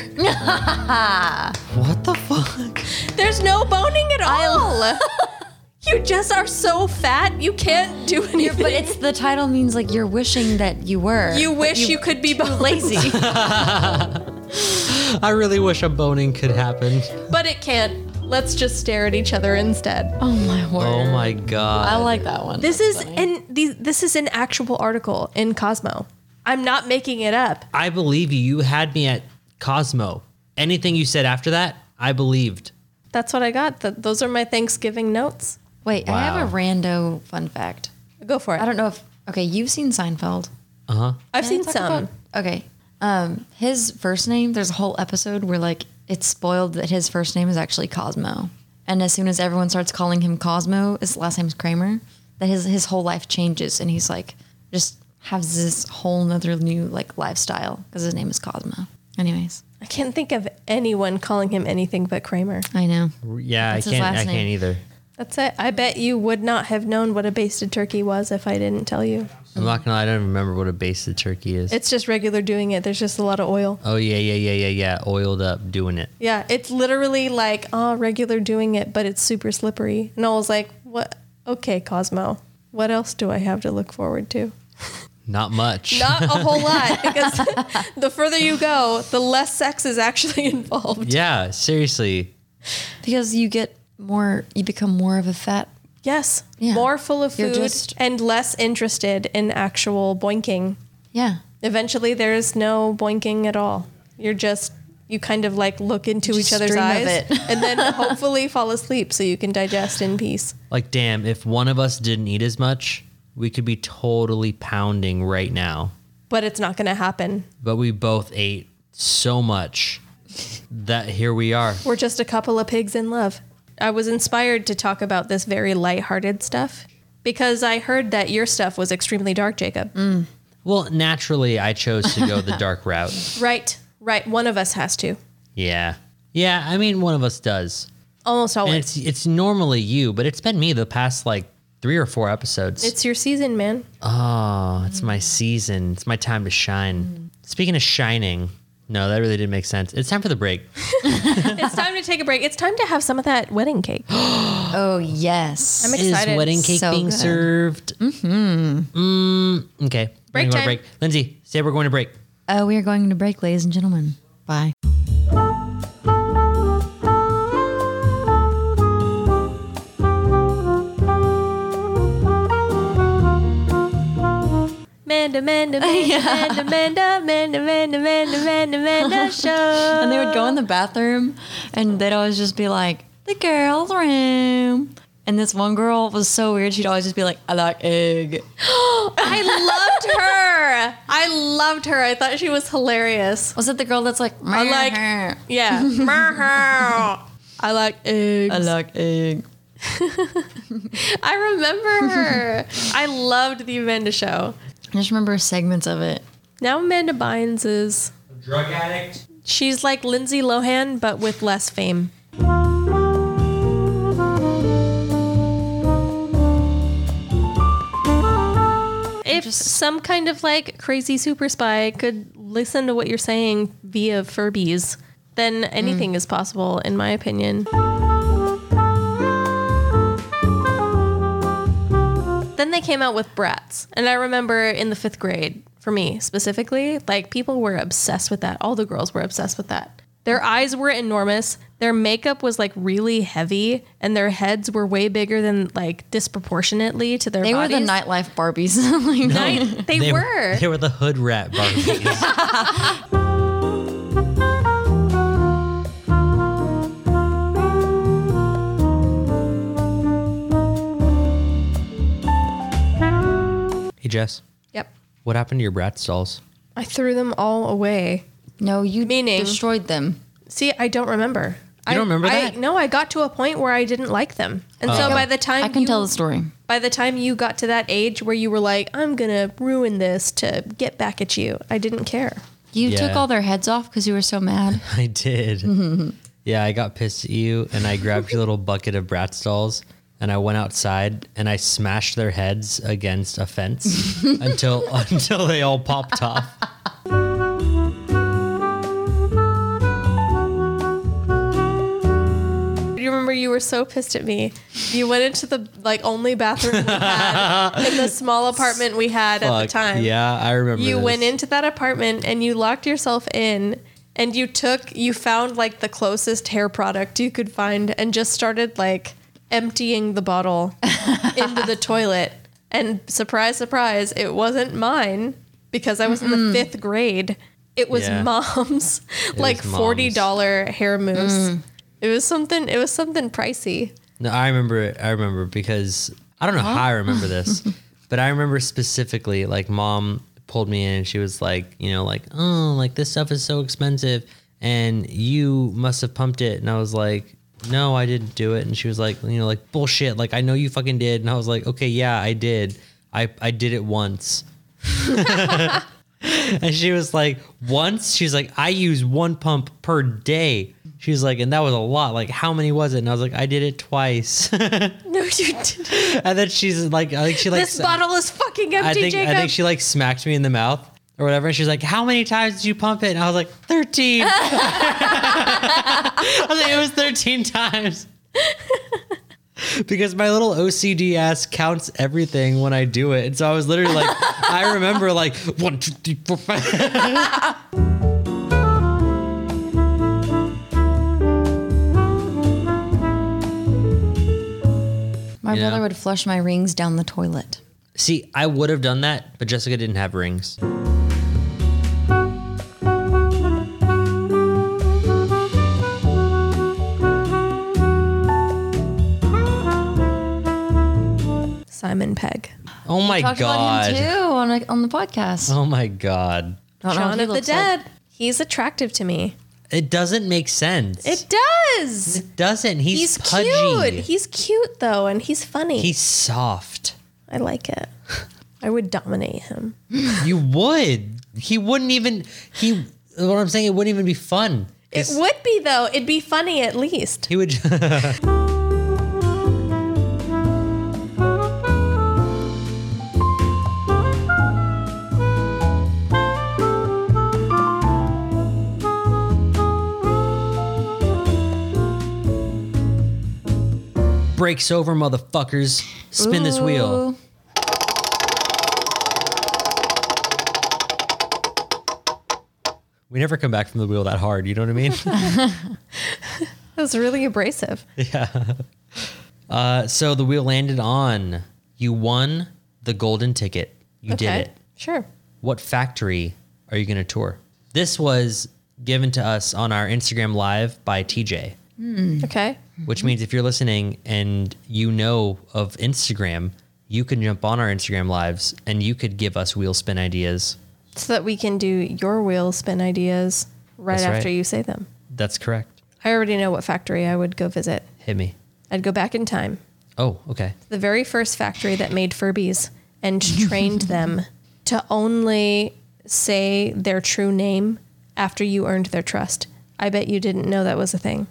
What the fuck?
There's no boning at all. you just are so fat, you can't do anything.
But it's the title means like you're wishing that you were.
you
but
wish you, could be boned, lazy,
I really wish a boning could happen.
but it can't. Let's just stare at each other instead.
Oh my word.
Oh my
I
god.
like that one.
This is an these, this is an actual article in Cosmo. I'm not making it up.
I believe you. You had me at Cosmo. Anything you said after that, I believed.
That's what I got. Th those are my Thanksgiving notes.
Wait, I have a
Wow.
rando fun fact.
Go for it.
I don't know if okay, you've seen Seinfeld.
I've
Can I
seen
talk
some.
about- okay. Um, his first name. There's a whole episode where like it's spoiled that his first name is actually Cosmo, and as soon as everyone starts calling him Cosmo, his last name's Kramer. That his his whole life changes, and he's like just has this whole nother new like lifestyle because his name is Cosmo. Anyways,
I can't think of anyone calling him anything but Kramer.
I know.
Yeah,
That's
I
his
can't.
last
I can't
name.
either.
That's it. I bet you would not have known what a basted turkey was if I didn't tell you.
I'm not gonna. lie, I don't even remember what a basted turkey is.
It's just regular doing it. There's just a lot of oil.
oh yeah, yeah, yeah, yeah, yeah. Oiled up, doing it.
Yeah, it's literally like, oh, regular doing it, but it's super slippery. And I was like, what? Okay, Cosmo. What else do I have to look forward to?
Not much.
Not a whole lot because the further you go, the less sex is actually involved.
Yeah, seriously.
Because you get more, you become more of a fat.
Yes,
Yeah.
more full of
You're
food
just-
and less interested in actual boinking.
Yeah,
Eventually, there is no boinking at all. You're just you kind of like look into
Just
each other's
dream of
eyes
it.
and then hopefully fall asleep so you can digest in peace.
Like, damn, if one of us didn't eat as much, we could be totally pounding right now.
But it's not going to happen.
But we both ate so much that here we are.
We're just a couple of pigs in love. I was inspired to talk about this very lighthearted stuff because I heard that your stuff was extremely dark, Jacob.
Mm.
Well, naturally, I chose to go the dark route.
Right, right. One of us has to.
Yeah. Yeah, I mean, one of us does.
Almost
And
always.
it's it's normally you, but it's been me the past like three or four episodes.
It's your season, man.
Oh, it's my season. It's my time to shine. Speaking of shining, no, that really didn't make sense. It's time for the break.
It's time to take a break. It's time to have some of that wedding cake.
Oh yes.
I'm
Is
excited.
wedding cake
So
being
good.
served? Mm-hmm. Mm, okay.
Break
We're gonna go to
time.
break. Lindsay, say we're going to break.
uh, we are going to break, ladies and gentlemen. Bye.
Manda, Manda, Manda, Manda, Manda, Manda, Manda, Manda, Manda, Manda show.
And they would go in the bathroom and they'd always just be like, the girls' room. And this one girl was so weird. She'd always just be like, I like egg.
I loved her. I loved her. I thought she was hilarious.
Was it the girl that's like, I
I like, yeah. I like eggs.
I like egg.
I remember her. I loved the Amanda show.
I just remember segments of it.
Now Amanda Bynes is
Drug addict.
she's like Lindsay Lohan but with less fame. If some kind of like crazy super spy could listen to what you're saying via Furbies, then anything
Mm.
is possible, in my opinion. Then they came out with Bratz. And I remember in the fifth grade, for me specifically, like people were obsessed with that. All the girls were obsessed with that. Their eyes were enormous. Their makeup was like really heavy, and their heads were way bigger than like disproportionately to their
They
bodies.
were the nightlife Barbies. like,
Night- they,
They
were.
were. They were the hood rat Barbies. hey Jess,
Yep.
what happened to your brat dolls?
I threw them all away.
No, you
Meaning-
destroyed them.
See, I don't remember. I
don't remember
I,
that?
No, I got to a point where I didn't like them, and so by the time
I can
you,
tell the story.
by the time you got to that age where you were like, "I'm gonna ruin this to get back at you," I didn't care.
You
Yeah.
took all their heads off because you were so mad.
I did. yeah, I got pissed at you and I grabbed your little bucket of brat dolls and I went outside and I smashed their heads against a fence until until they all popped off.
Do you remember you were so pissed at me? You went into the like only bathroom we had in the small apartment we had at the
Fuck,
time.
Yeah, I remember.
You
this.
went into that apartment and you locked yourself in and you took you found like the closest hair product you could find and just started like emptying the bottle into the toilet. And surprise surprise, it wasn't mine because I was in the 5th grade. It was
Yeah.
mom's like
was mom's. Mm.
$40 hair mousse. It was something. It was something pricey.
No, I remember it. I remember because I don't know how I remember this, but I remember specifically like mom pulled me in and she was like, you know, like, oh, like this stuff is so expensive and you must have pumped it. And I was like, no, I didn't do it. And she was like, you know, like bullshit. Like, I know you fucking did. And I was like, okay, yeah, I did. I, I did it once. And she was like, once? She's like, I use one pump per day. She was like, and that was a lot. Like, how many was it? And I was like, I did it twice.
No, you didn't.
And then she's like, I think she like,
this bottle is fucking empty,
I think
Jacob.
I think she like smacked me in the mouth or whatever. And she's like, how many times did you pump it? And I was like, thirteen. I was like, it was thirteen times. Because my little OCD ass counts everything when I do it. And so I was literally like, I remember like, one, two, three, four, five.
My
Yeah.
brother would flush my rings down the toilet.
See, I would have done that, but Jessica didn't have rings.
Simon Pegg,
Oh my
Talked about him
god.
too on, a, on the podcast.
Oh my god.
Don't know what
Shaun
he
of the
looks like.
Dead. He's attractive to me.
It doesn't make sense.
It does.
doesn't.
He's
He's, pudgy.
cute. He's cute though, and he's funny.
He's soft.
I like it. I would dominate him.
You would. He wouldn't even he what I'm saying, it wouldn't even be fun.
It would be though. It'd be funny at least.
He would Breaks over, motherfuckers. Spin this wheel.
Ooh.
We never come back from the wheel that hard. You know what I mean?
That was really abrasive.
Uh, so the wheel landed on. You won the golden ticket. You did it.
Sure.
What factory are you going to tour? This was given to us on our Instagram live by TJ,
Okay.
which means if you're listening and you know of Instagram, you can jump on our Instagram lives and you could give us wheel spin ideas.
So that we can do your wheel spin ideas right
That's right.
after you say them.
That's correct.
I already know what factory I would go visit.
Hit me.
I'd go back in time.
Oh, okay.
the very first factory that made Furbies and trained them to only say their true name after you earned their trust. I bet you didn't know that was a thing.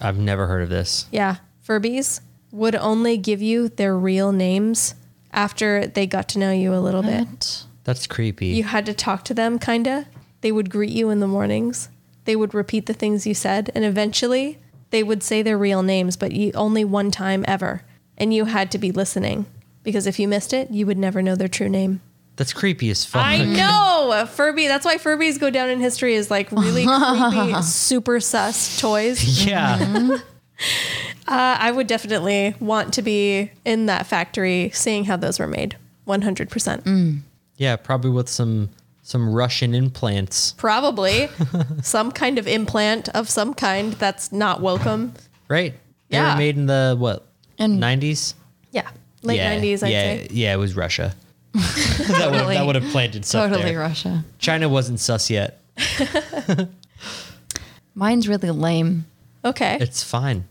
I've never heard of this.
Yeah, Furbies would only give you their real names after they got to know you a little bit.
That's creepy.
You had to talk to them, kinda. They would greet you in the mornings. They would repeat the things you said, and eventually they would say their real names, but you, only one time ever. And you had to be listening because if you missed it, you would never know their true name.
That's creepy as fuck.
I know Furby. That's why Furbies go down in history as like really creepy, super sus toys. Mm-hmm.
Yeah.
Uh, I would definitely want to be in that factory, seeing how those were made. One hundred percent.
yeah, probably with some some Russian implants.
probably some kind of implant of some kind that's not welcome.
right? They
Yeah.
were made in the what?
And-
nineties.
Yeah, late nineties, I'd
yeah,
say.
Yeah, it was Russia. that would that would have planted stuff
Totally
there.
Russia.
China wasn't sus yet.
Mine's really lame.
Okay,
It's fine.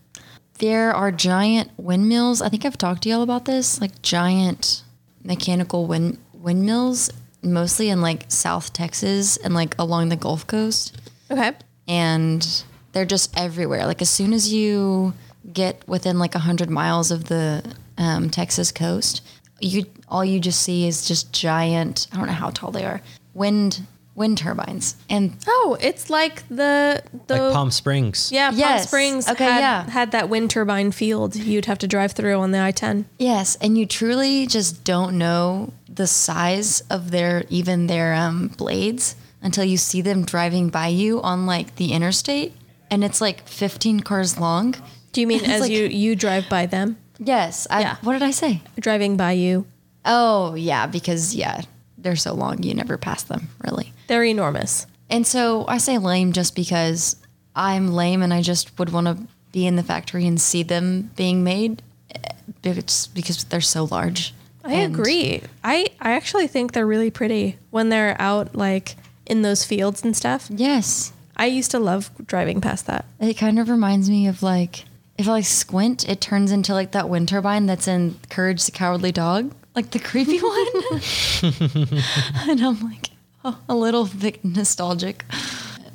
There are giant windmills. I think I've talked to y'all about this. Like giant mechanical wind windmills, mostly in like South Texas and like along the Gulf Coast.
okay,
and they're just everywhere. Like as soon as you get within like hundred miles of the um, Texas coast, you all you just see is just giant. I don't know how tall they are. Wind wind turbines, and
Oh, it's like the the
Like Palm Springs.
Oh, yeah Palm
Yes.
Springs.
Okay,
had,
yeah.
had that wind turbine field you'd have to drive through on the I ten.
yes, and you truly just don't know the size of their even their um, blades until you see them driving by you on like the interstate, and it's like fifteen cars long.
Do you mean
It's
as
like-
you you drive by them,
Yes, I,
Yeah.
what did I say?
driving by you?
Oh, yeah, because yeah, they're so long you never pass them, really.
They're enormous.
And so I say lame just because I'm lame and I just would want to be in the factory and see them being made eh, it's because they're so large.
I agree. I, I actually think they're really pretty when they're out like in those fields and stuff.
Yes.
I used to love driving past that.
It kind of reminds me of like if I like squint, it turns into like that wind turbine that's in Courage the Cowardly Dog, like the creepy one. and I'm like, oh, a little bit nostalgic.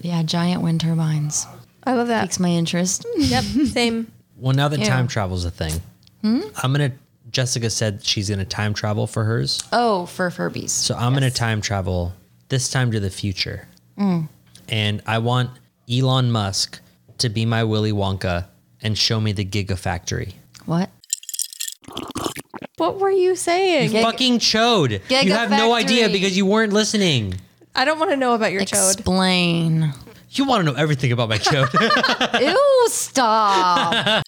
Yeah, giant wind turbines
I love that.
piques my interest.
Yep, same.
Well, now that
Yeah.
time travel's a thing, I'm gonna. Jessica said she's gonna time travel for hers,
Oh, for Furbies.
so I'm gonna time travel this time to the future, and I want Elon Musk to be my Willy Wonka and show me the Gigafactory.
what?
What were you saying?
Gig-
Fucking chode! You have no idea
Gigafactory.
because you weren't listening.
I don't want to know about your chode.
Explain.
You want to know everything about my chode.
Ew, stop.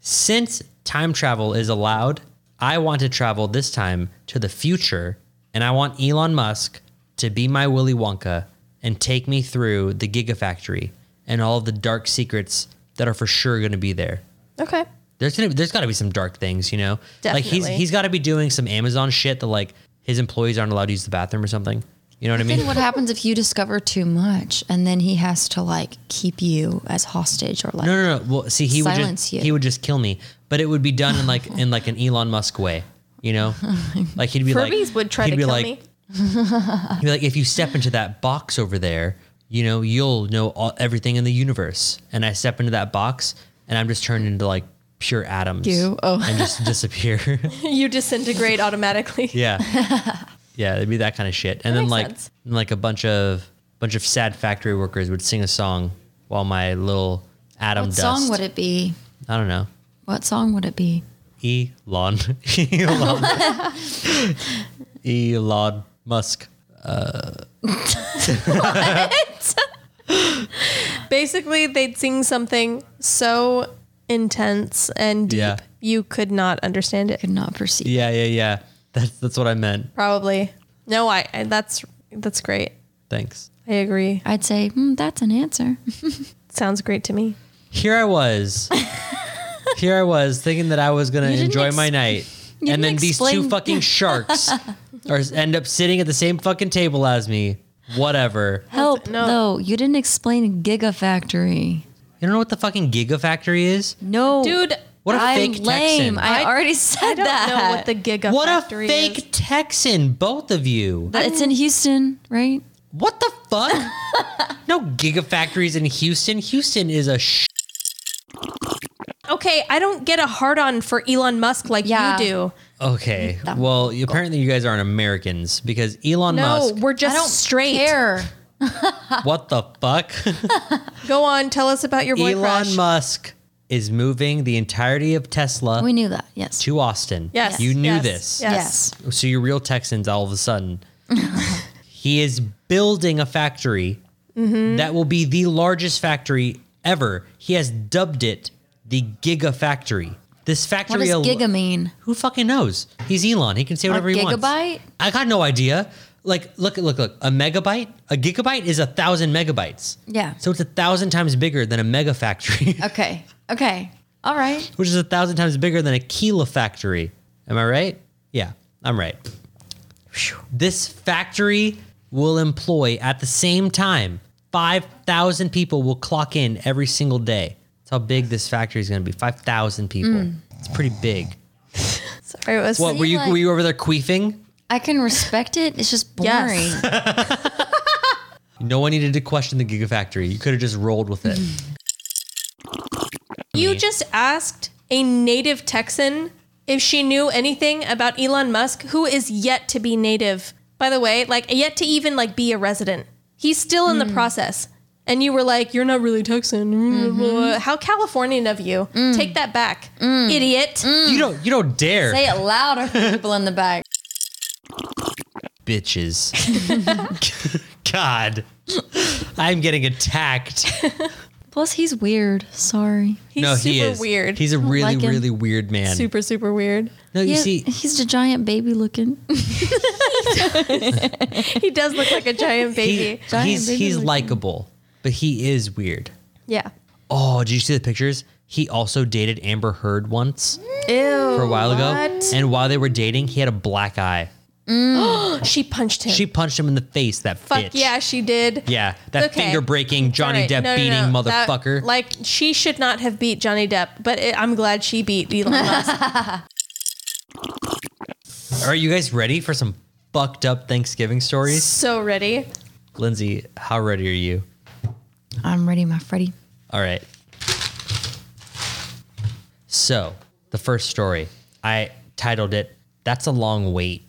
Since time travel is allowed, I want to travel this time to the future and I want Elon Musk to be my Willy Wonka and take me through the Gigafactory and all of the dark secrets that are for sure going to be there.
Okay.
There's gonna there's got to be some dark things, you know. Like he's
Definitely.
he's got to be doing some Amazon shit that like his employees aren't allowed to use the bathroom or something. You know what I mean?
then what happens if you discover too much and then he has to like keep you as hostage or like
No, no, no. Well, see, he would
Silence
just
you.
he would just kill me, but it would be done in like in like an Elon Musk way, you know? Like he'd be like,
Furbies would try
he'd
to
be
kill
like,
me.
he'd be like, if you step into that box over there, you know, you'll know all, everything in the universe. And I step into that box, and I'm just turned into like pure atoms.
You- oh.
and just disappear.
You disintegrate automatically.
yeah, yeah, it'd be that kind of shit. And then
makes
like
sense.
and, like a bunch of bunch of sad factory workers would sing a song while my little atom
what
dust.
song would it be?
I don't know.
What song would it be?
Elon. Elon. Elon Musk.
Basically, they'd sing something so intense and deep
Yeah.
you could not understand it.
Could not perceive.
Yeah, yeah, yeah. That's that's what I meant.
Probably. No, I, I that's that's great.
Thanks.
I agree.
I'd say hmm, that's an answer.
Sounds great to me.
Here I was. Here I was thinking that I was gonna
You didn't
enjoy
ex-
my night, and then
didn't
these two
explain-
fucking sharks are end up sitting at the same fucking table as me. Whatever.
Help!
No.
No, you didn't explain Gigafactory.
You don't know what the fucking Gigafactory is?
No,
Dude,
What a
I'm
fake
lame.
Texan.
I,
I-
already said
I don't
that.
know what the Giga
what a
Factory
fake
is.
Texan, both of you.
That- it's in Houston, right?
What the fuck? no gigafactories in Houston. Houston is a sh-
Okay, I don't get a hard on for Elon Musk like
Yeah.
you do.
Okay. Well, apparently you guys aren't Americans because Elon
No,
Musk.
we're just
I don't
straight.
care.
What the fuck?
Go on, tell us about your boy
Elon
crush.
Musk is moving the entirety of Tesla
We knew that. Yes.
to Austin.
Yes,
You knew
yes,
this.
yes.
So you're real Texans all of a sudden. he is building a factory that will be the largest factory ever. He has dubbed it the Gigafactory. This
What
factory
does
al-
Giga mean?
Who fucking knows? He's Elon. He can say whatever he
gigabyte?
wants. I got no idea. Like, look, look, look. A megabyte, a gigabyte is a thousand megabytes.
Yeah.
So it's a thousand times bigger than a mega factory,
Okay. Okay. All right.
which is a thousand times bigger than a kilo factory. Am I right? Yeah, I'm right. Phew. This factory will employ at the same time 5,000 people will clock in every single day. That's how big this factory is going to be 5,000 people.
Mm.
It's pretty big.
Sorry, it was
What were you
like-
were you over there queefing?
I can respect it. It's just boring.
Yes.
No one needed to question the Gigafactory. You could have just rolled with it.
You just asked a native Texan if she knew anything about Elon Musk, who is yet to be native, by the way, like yet to even like be a resident. He's still in
Hmm.
the process. And you were like, you're not really Texan.
Mm-hmm.
How Californian of you.
Mm.
Take that back, idiot.
You don't. You don't dare,
Say it louder for people in the back.
bitches. God, I'm getting attacked.
Plus, he's weird. Sorry.
He's
no,
super
he is
weird.
He's a really,
like him.
really weird man.
super, super weird.
No, you
Yeah,
see,
he's a giant baby looking.
He does look like a giant
he,
baby.
Giant
he's
baby
he's
looking.
likable. But he is weird.
Yeah.
Oh, did you see the pictures? He also dated Amber Heard once
Ew.
for a while ago.
what?
And while they were dating, he had a black eye.
She punched him.
She punched him in the face, that
Fuck
bitch.
yeah, she did.
Yeah, that
Okay.
finger breaking, Johnny
All right.
Depp
No, no,
beating
no. That-
motherfucker.
like she should not have beat Johnny Depp, but it, I'm glad she beat Elon Musk.
Are you guys ready for some fucked up Thanksgiving stories?
so ready.
Lindsay, how ready are you?
I'm ready, my Freddy.
All right. So, the first story, I titled it, That's a Long Wait.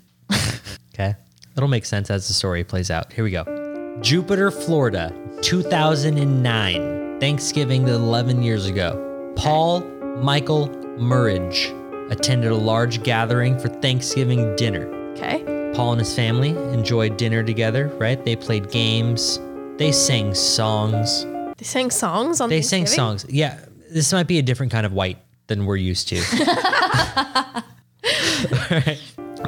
okay. It'll make sense as the story plays out. Here we go. Jupiter, Florida, 2009, Thanksgiving 11 years ago. Paul Michael Murridge attended a large gathering for Thanksgiving dinner.
Okay.
Paul and his family enjoyed dinner together, right? They played games, they sang songs.
They sang songs on
They sang
Thanksgiving?
songs. Yeah, this might be a different kind of white than we're used to. All right.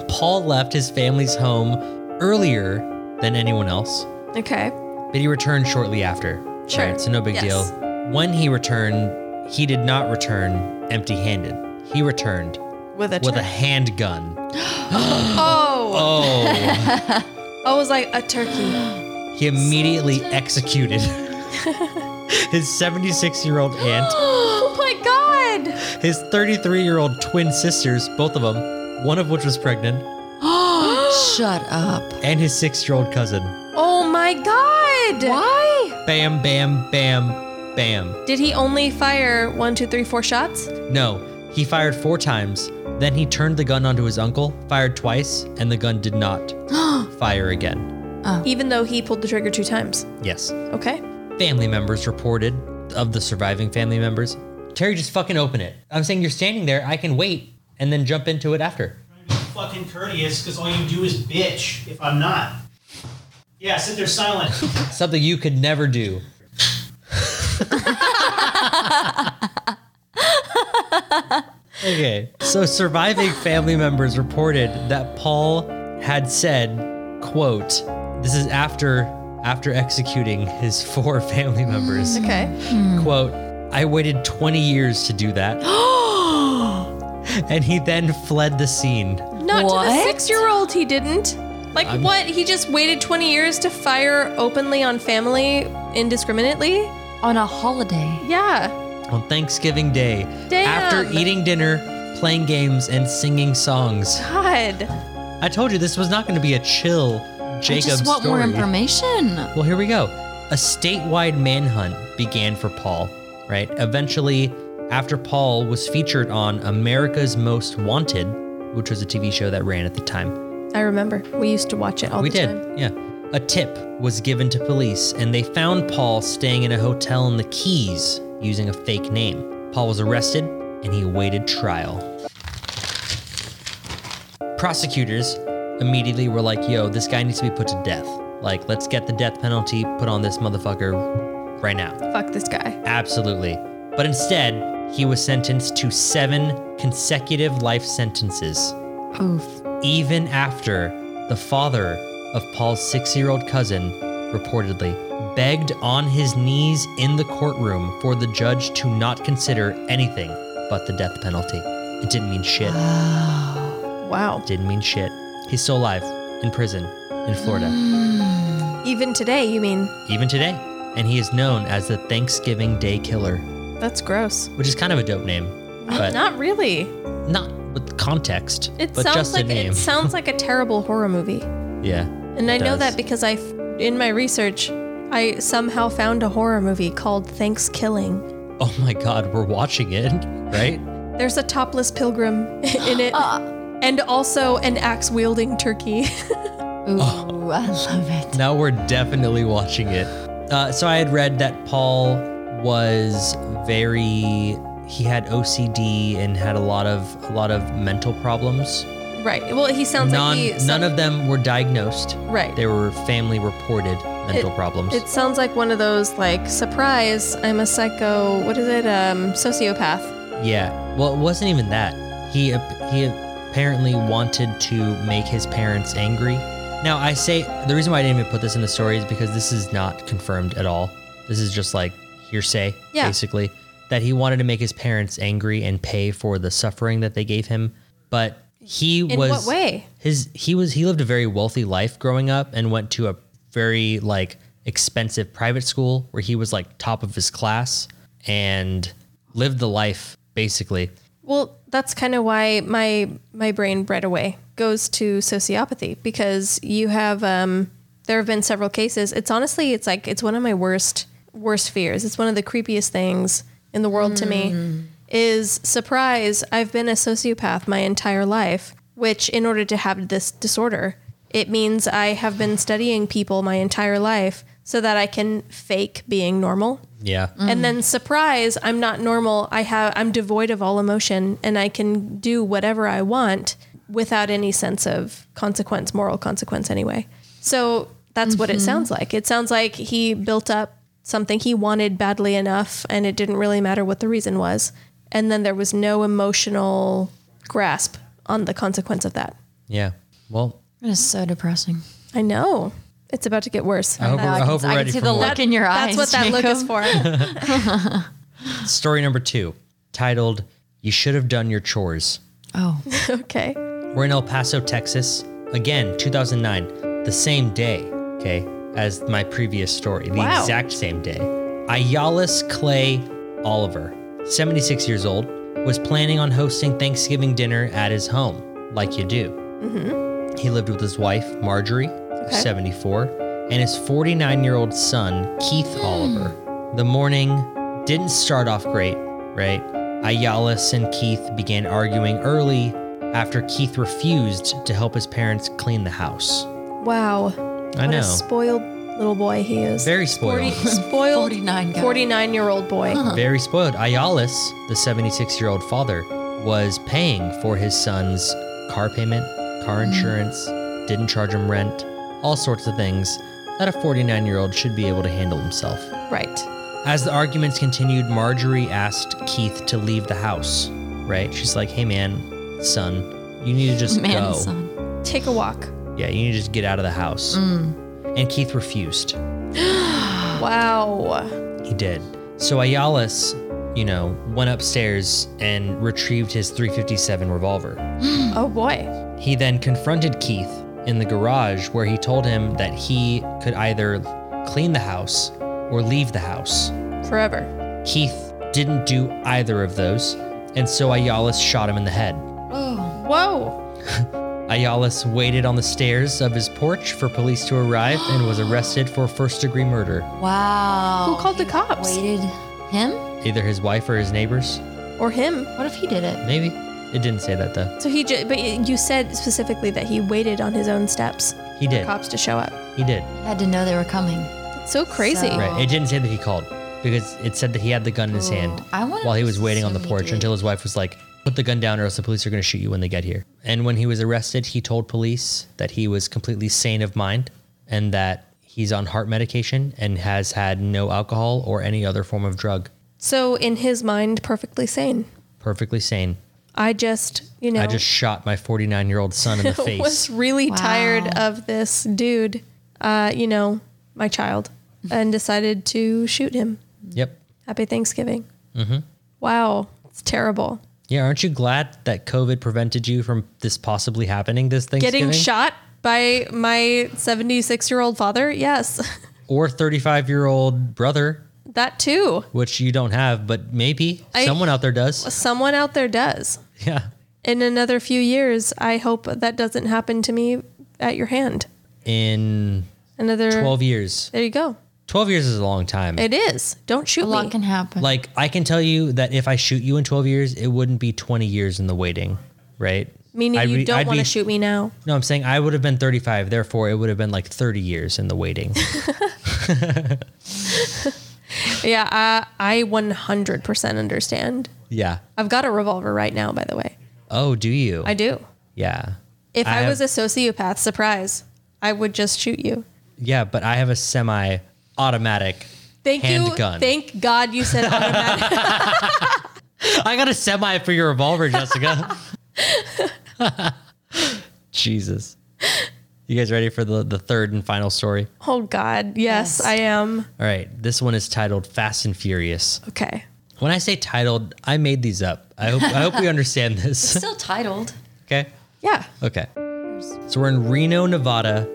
Paul left his family's home earlier than anyone else,
Okay.
but he returned shortly after.
Sure.
Right, so no big
Yes.
deal. When he returned, he did not return empty-handed. He returned
With a
with a
turkey.
handgun.
oh.
Oh,
I was like a turkey.
he immediately executed his 76-year-old aunt
oh my god.
his 33 year old twin sisters, both of them, one of which was pregnant,
Shut up.
and his six year old cousin.
Oh my god.
Why?
Bam, bam, bam, bam.
Did he only fire one, two, three, four shots?
No, he fired four times. Then he turned the gun onto his uncle, fired twice, and the gun did not fire again.
Even though he pulled the trigger two times.
Yes.
Okay.
Family members reported of the surviving family members. Terry, just fucking open it. I'm saying you're standing there. I can wait and then jump into it after.
Be fucking courteous, because all you do is bitch if I'm not. Yeah, sit there silent.
Something you could never do. okay. So surviving family members reported that Paul had said, quote, this is after after executing his four family members.
Mm, Okay.
Quote, I waited 20 years to do that. and he then fled the scene.
Not to the
What?
six year old, he didn't. Like, what? He just waited 20 years to fire openly on family indiscriminately?
On a holiday.
Yeah.
on Thanksgiving Day
Damn.
after eating dinner, playing games, and singing songs.
God.
I told you this was not going to be a chill Jacob
I just want
story. Oh.
more information.
Well, here we go. A statewide manhunt began for Paul, right? Eventually, after Paul was featured on America's Most Wanted, which was a TV show that ran at the time.
I remember. We used to watch it all
we
the
did,
time.
yeah. A tip was given to police, and they found Paul staying in a hotel in the Keys using a fake name. Paul was arrested, and he awaited trial. Prosecutors immediately were like, yo, this guy needs to be put to death. Like, let's get the death penalty put on this motherfucker right now.
Fuck this guy.
Absolutely. But instead, he was sentenced to seven consecutive life sentences.
Oof.
Even after the father of Paul's six year old cousin reportedly begged on his knees in the courtroom for the judge to not consider anything but the death penalty. It didn't mean shit.
Wow.
Didn't mean shit. He's still alive in prison in Florida,
Even today, you mean?
even today. And he is known as the Thanksgiving Day Killer,
That's gross.
which is kind of a dope name, but
Not really.
not with context,
It
but
sounds
just
like
a name.
it sounds like a terrible horror movie.
yeah.
And I
it
know
does.
that because I, in my research, I somehow found a horror movie called Thanksgiving.
Oh my god, we're watching it, right?
There's a topless pilgrim in it, and also an axe wielding turkey.
Ooh, I love it.
Now we're definitely watching it. Uh, so I had read that Paul was very he had OCD and had a lot of a lot of mental problems.
right. Well, he sounds like
None
he. some-
none of them were diagnosed.
Right.
They were family reported mental
It-
problems.
It sounds like one of those like surprise. I'm a psycho. What is it? Um, sociopath.
yeah. Well, it wasn't even that. He ap- he apparently wanted to make his parents angry. Now I say the reason why I didn't even put this in the story is because this is not confirmed at all. This is just like hearsay,
Yeah.
basically, that he wanted to make his parents angry and pay for the suffering that they gave him. But he
In
was
what way?
His he was he lived a very wealthy life growing up and went to a very like expensive private school where he was like top of his class and lived the life basically.
Well, that's kind of why my my brain right away goes to sociopathy because you have um, there have been several cases. It's honestly, it's like it's one of my worst worst fears. It's one of the creepiest things in the world to me. Is surprise. I've been a sociopath my entire life, which in order to have this disorder, it means I have been studying people my entire life so that I can fake being normal
Yeah.
Mm.
and then surprise i'm not normal i have i'm devoid of all emotion and i can do whatever i want without any sense of consequence moral consequence anyway so that's what it sounds like it sounds like he built up something he wanted badly enough and it didn't really matter what the reason was and then there was no emotional grasp on the consequence of that
Yeah. Well,
That is so depressing.
i know it's about to get worse
I hope,
No,
we're, I
can-
hope we're
I can
ready
see
for
the
more.
look in your
that's
eyes.
what that look
Jacob.
is for
Story number two, titled You Should Have Done Your Chores.
Oh,
okay
We're in El Paso, Texas. Again, 2009, the same day, okay, as my previous story, the
Wow.
exact same day. Ayalis Clay Oliver, 76 years old, was planning on hosting Thanksgiving dinner at his home, like you do. He lived with his wife, Marjorie, 74, and his 49 year old son, Keith Oliver. The morning didn't start off great, right? Ayalis and Keith began arguing early after Keith refused to help his parents clean the house.
wow
I
what
know.
a spoiled little boy he is
Very
40,
spoiled.
spoiled
49 guy.
49 year old boy.
Very spoiled. Ayalis, the 76 year old father, was paying for his son's car payment, car insurance, didn't charge him rent, all sorts of things that a 49 year old should be able to handle himself.
Right.
As the arguments continued, Marjorie asked Keith to leave the house, right? She's like, hey man, son, you need to just
man,
go.
son.
Take a walk.
Yeah, you need to just get out of the house.
Mm.
And Keith refused.
Wow.
He did. So Ayalis, you know, went upstairs and retrieved his 357 revolver.
Oh boy.
He then confronted Keith in the garage where he told him that he could either clean the house or leave the house.
Forever.
Keith didn't do either of those, and so Ayalis shot him in the head.
Oh,
Whoa.
Ayalis waited on the stairs of his porch for police to arrive and was arrested for first degree murder.
Oh, wow.
Who called the cops?
Waited him?
Either his wife or his neighbors,
Or him.
What if he did it?
maybe? It didn't say that though.
So he just, but y- you said specifically that he waited on his own steps
He
for
did.
cops to show up.
He did.
He had to know they were coming.
That's so crazy.
So-
Right. It didn't say that he called because it said that he had the gun in his
Oh. Ooh.
hand
I wanna
while he was waiting on the
assume he
porch
did.
until his wife was like, put the gun down or else the police are going to shoot you when they get here. And when he was arrested, he told police that he was completely sane of mind and that he's on heart medication and has had no alcohol or any other form of drug.
So in his mind, perfectly sane.
Perfectly sane.
I just, you know,
I just shot my 49 year old son in the face.
was really tired
Wow.
of this dude, uh, you know, my child, and decided to shoot him.
Yep.
Happy Thanksgiving. Mm-hmm. Wow. It's terrible.
Yeah. Aren't you glad that COVID prevented you from this possibly happening this Thanksgiving?
getting shot by my 76 year old father yes
Or 35 year old brother
that too
which you don't have, but maybe
I-
someone out there does.
someone out there does
Yeah.
in another few years i hope that doesn't happen to me at your hand
In
another
12 years.
there you go
12 years is a long time.
it is don't shoot
A lot
me
can happen.
Like, I can tell you that if I shoot you in 12 years, it wouldn't be 20 years in the waiting, right?
meaning
I'd
you
be-
don't
I'd
want to
be-
shoot me now
No, I'm saying I would have been 35, therefore, it would have been like 30 years in the waiting.
yeah i, I 100% understand
yeah.
i've got a revolver right now by the way
Oh, do you?
i do
yeah.
if
I
i,
have-
was a sociopath surprise i would just shoot you
Yeah, but I have a semi automatic.
thank you
Handgun.
thank god you said automatic
I got a semi for your revolver, Jessica. Jesus. You guys ready for the, the third and final story?
Oh God, yes,
Yes.
I am.
All right. This one is titled Fast and Furious.
Okay.
When I say titled, I made these up. I hope I hope we understand this.
Still titled.
Okay?
Yeah.
Okay. So we're in Reno, Nevada,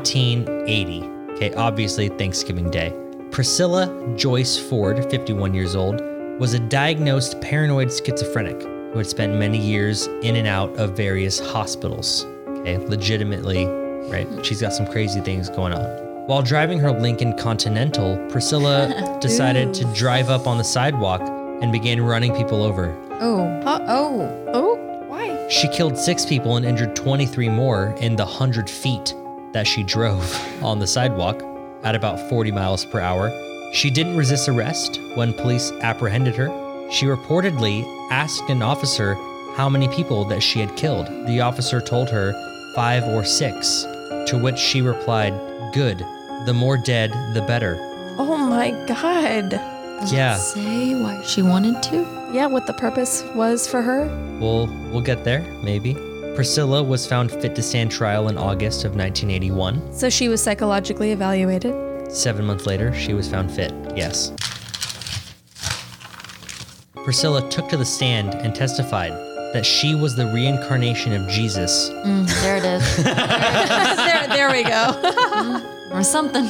1980. Okay, obviously Thanksgiving Day. Priscilla Joyce Ford, 51 years old, was a diagnosed paranoid schizophrenic who had spent many years in and out of various hospitals. Okay, legitimately, right? She's got some crazy things going on. While driving her Lincoln Continental, Priscilla decided to drive up on the sidewalk and began running people over.
Oh. oh.
Oh,
Why?
She killed six people and injured 23 more in the 100 feet that she drove on the sidewalk at about 40 miles per hour. She didn't resist arrest when police apprehended her. She reportedly asked an officer how many people that she had killed. The officer told her five or six, to which she replied, Good. The more dead, the better.
oh my God.
Yeah,
Say why she wanted to.
Yeah, what the purpose was for her?
We'll we'll get there, maybe. Priscilla was found fit to stand trial in August of 1981.
So she was psychologically evaluated.
Seven months later, she was found fit. Yes. Priscilla took to the stand and testified that she was the reincarnation of Jesus.
There it is.
there, there we go.
or something.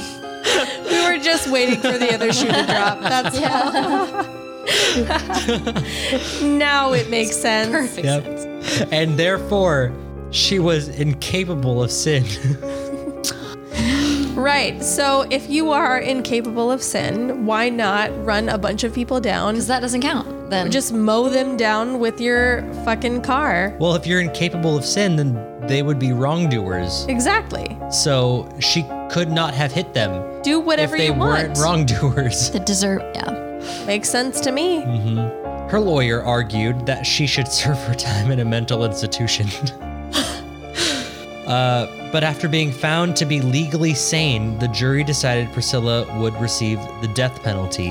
We were just waiting for the other shoe to drop. That's now it makes sense.
Perfect.
Yep. And therefore, she was incapable of sin.
Right. So if you are incapable of sin, why not run a bunch of people down?
Because that doesn't count. Then
Just mow them down with your fucking car.
well, if you're incapable of sin, then they would be wrongdoers.
Exactly.
So she could not have hit them
Do whatever
if they
you want.
weren't wrongdoers.
the dessert. Yeah.
Makes sense to me.
Mm. Her lawyer argued that she should serve her time in a mental institution. uh, but after being found to be legally sane, the jury decided Priscilla would receive the death penalty.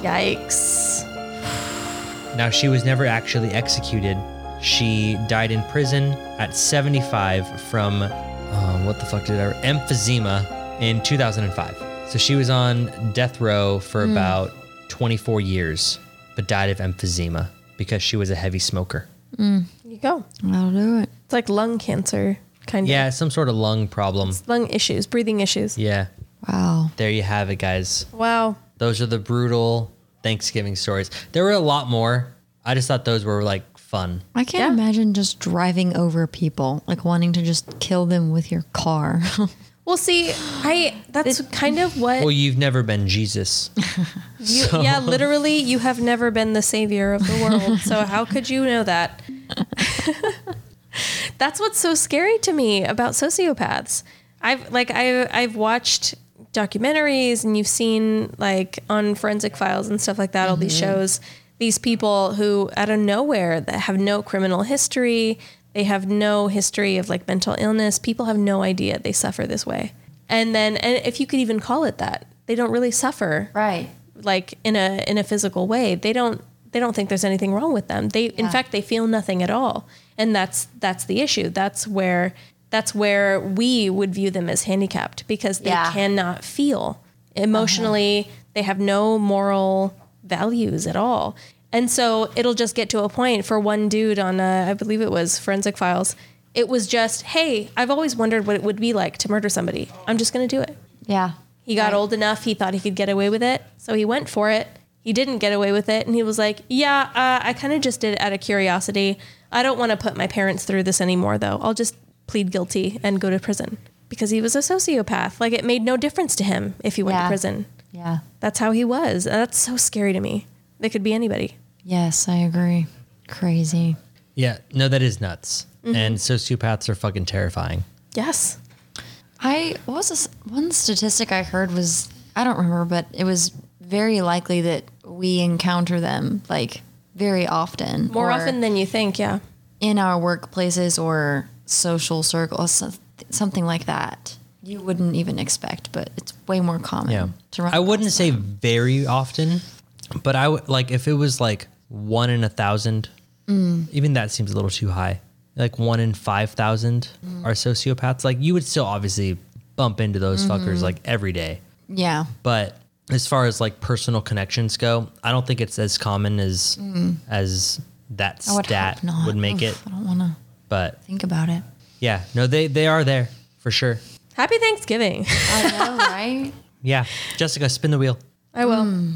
Yikes.
now, she was never actually executed. She died in prison at 75 from, uh, what the fuck did I, emphysema in 2005. So she was on death row for about 24 years, but died of emphysema because she was a heavy smoker.
You go.
I'll do it.
It's like lung cancer, kind of.
Yeah, some sort of lung problem.
Lung issues, breathing issues.
Yeah.
Wow.
There you have it, guys.
Wow.
Those are the brutal Thanksgiving stories. There were a lot more. I just thought those were like fun.
I can't imagine just driving over people, like wanting to just kill them with your car.
Well, see, I that's kind of what
Well, you've never been Jesus.
You, Yeah, literally, you have never been the savior of the world. so how could you know that? That's what's so scary to me about sociopaths. I've like I I've watched documentaries and you've seen like on forensic files and stuff like that all these shows these people who out of nowhere that have no criminal history, they have no history of like mental illness, people have no idea they suffer this way. And then and if you could even call it that, they don't really suffer
right.
like in a in a physical way they don't they don't think there's anything wrong with them they in fact they feel nothing at all and that's that's the issue that's where that's where we would view them as handicapped because they
Yeah.
cannot feel emotionally they have no moral values at all and so it'll just get to a point for one dude on uh, i believe it was forensic files it was just hey i've always wondered what it would be like to murder somebody i'm just going to do it
Yeah.
he got old enough, he thought he could get away with it. So he went for it. He didn't get away with it. And he was like, Yeah, uh, I kind of just did it out of curiosity. I don't want to put my parents through this anymore, though. I'll just plead guilty and go to prison because he was a sociopath. Like it made no difference to him if he went to
Yeah.
prison.
Yeah.
That's how he was. And that's so scary to me. They could be anybody.
Yes, I agree. Crazy.
Yeah. No, that is nuts.
Mm-hmm.
And sociopaths are fucking terrifying.
Yes.
I what was this one statistic I heard was I don't remember, but it was very likely that we encounter them like very often,
More
or
often than you think. Yeah.
in our workplaces or social circles, so- something like that. You wouldn't even expect, but it's way more common.
Yeah.
to run
I wouldn't
across
say
them.
very often, but
Mm.
I would like if it was like one in a thousand, even that seems a little too high. like one in 5,000
Mm.
are sociopaths. Like you would still obviously bump into those
Mm-hmm.
fuckers like every day.
Yeah.
But as far as like personal connections go, I don't think it's as common as as that
I would
stat
hope not.
would make
Oof, I
it.
don't want to
But
think about it.
yeah, no, they they are there for sure.
Happy Thanksgiving.
I know, right?
Yeah, Jessica, spin the wheel.
I will.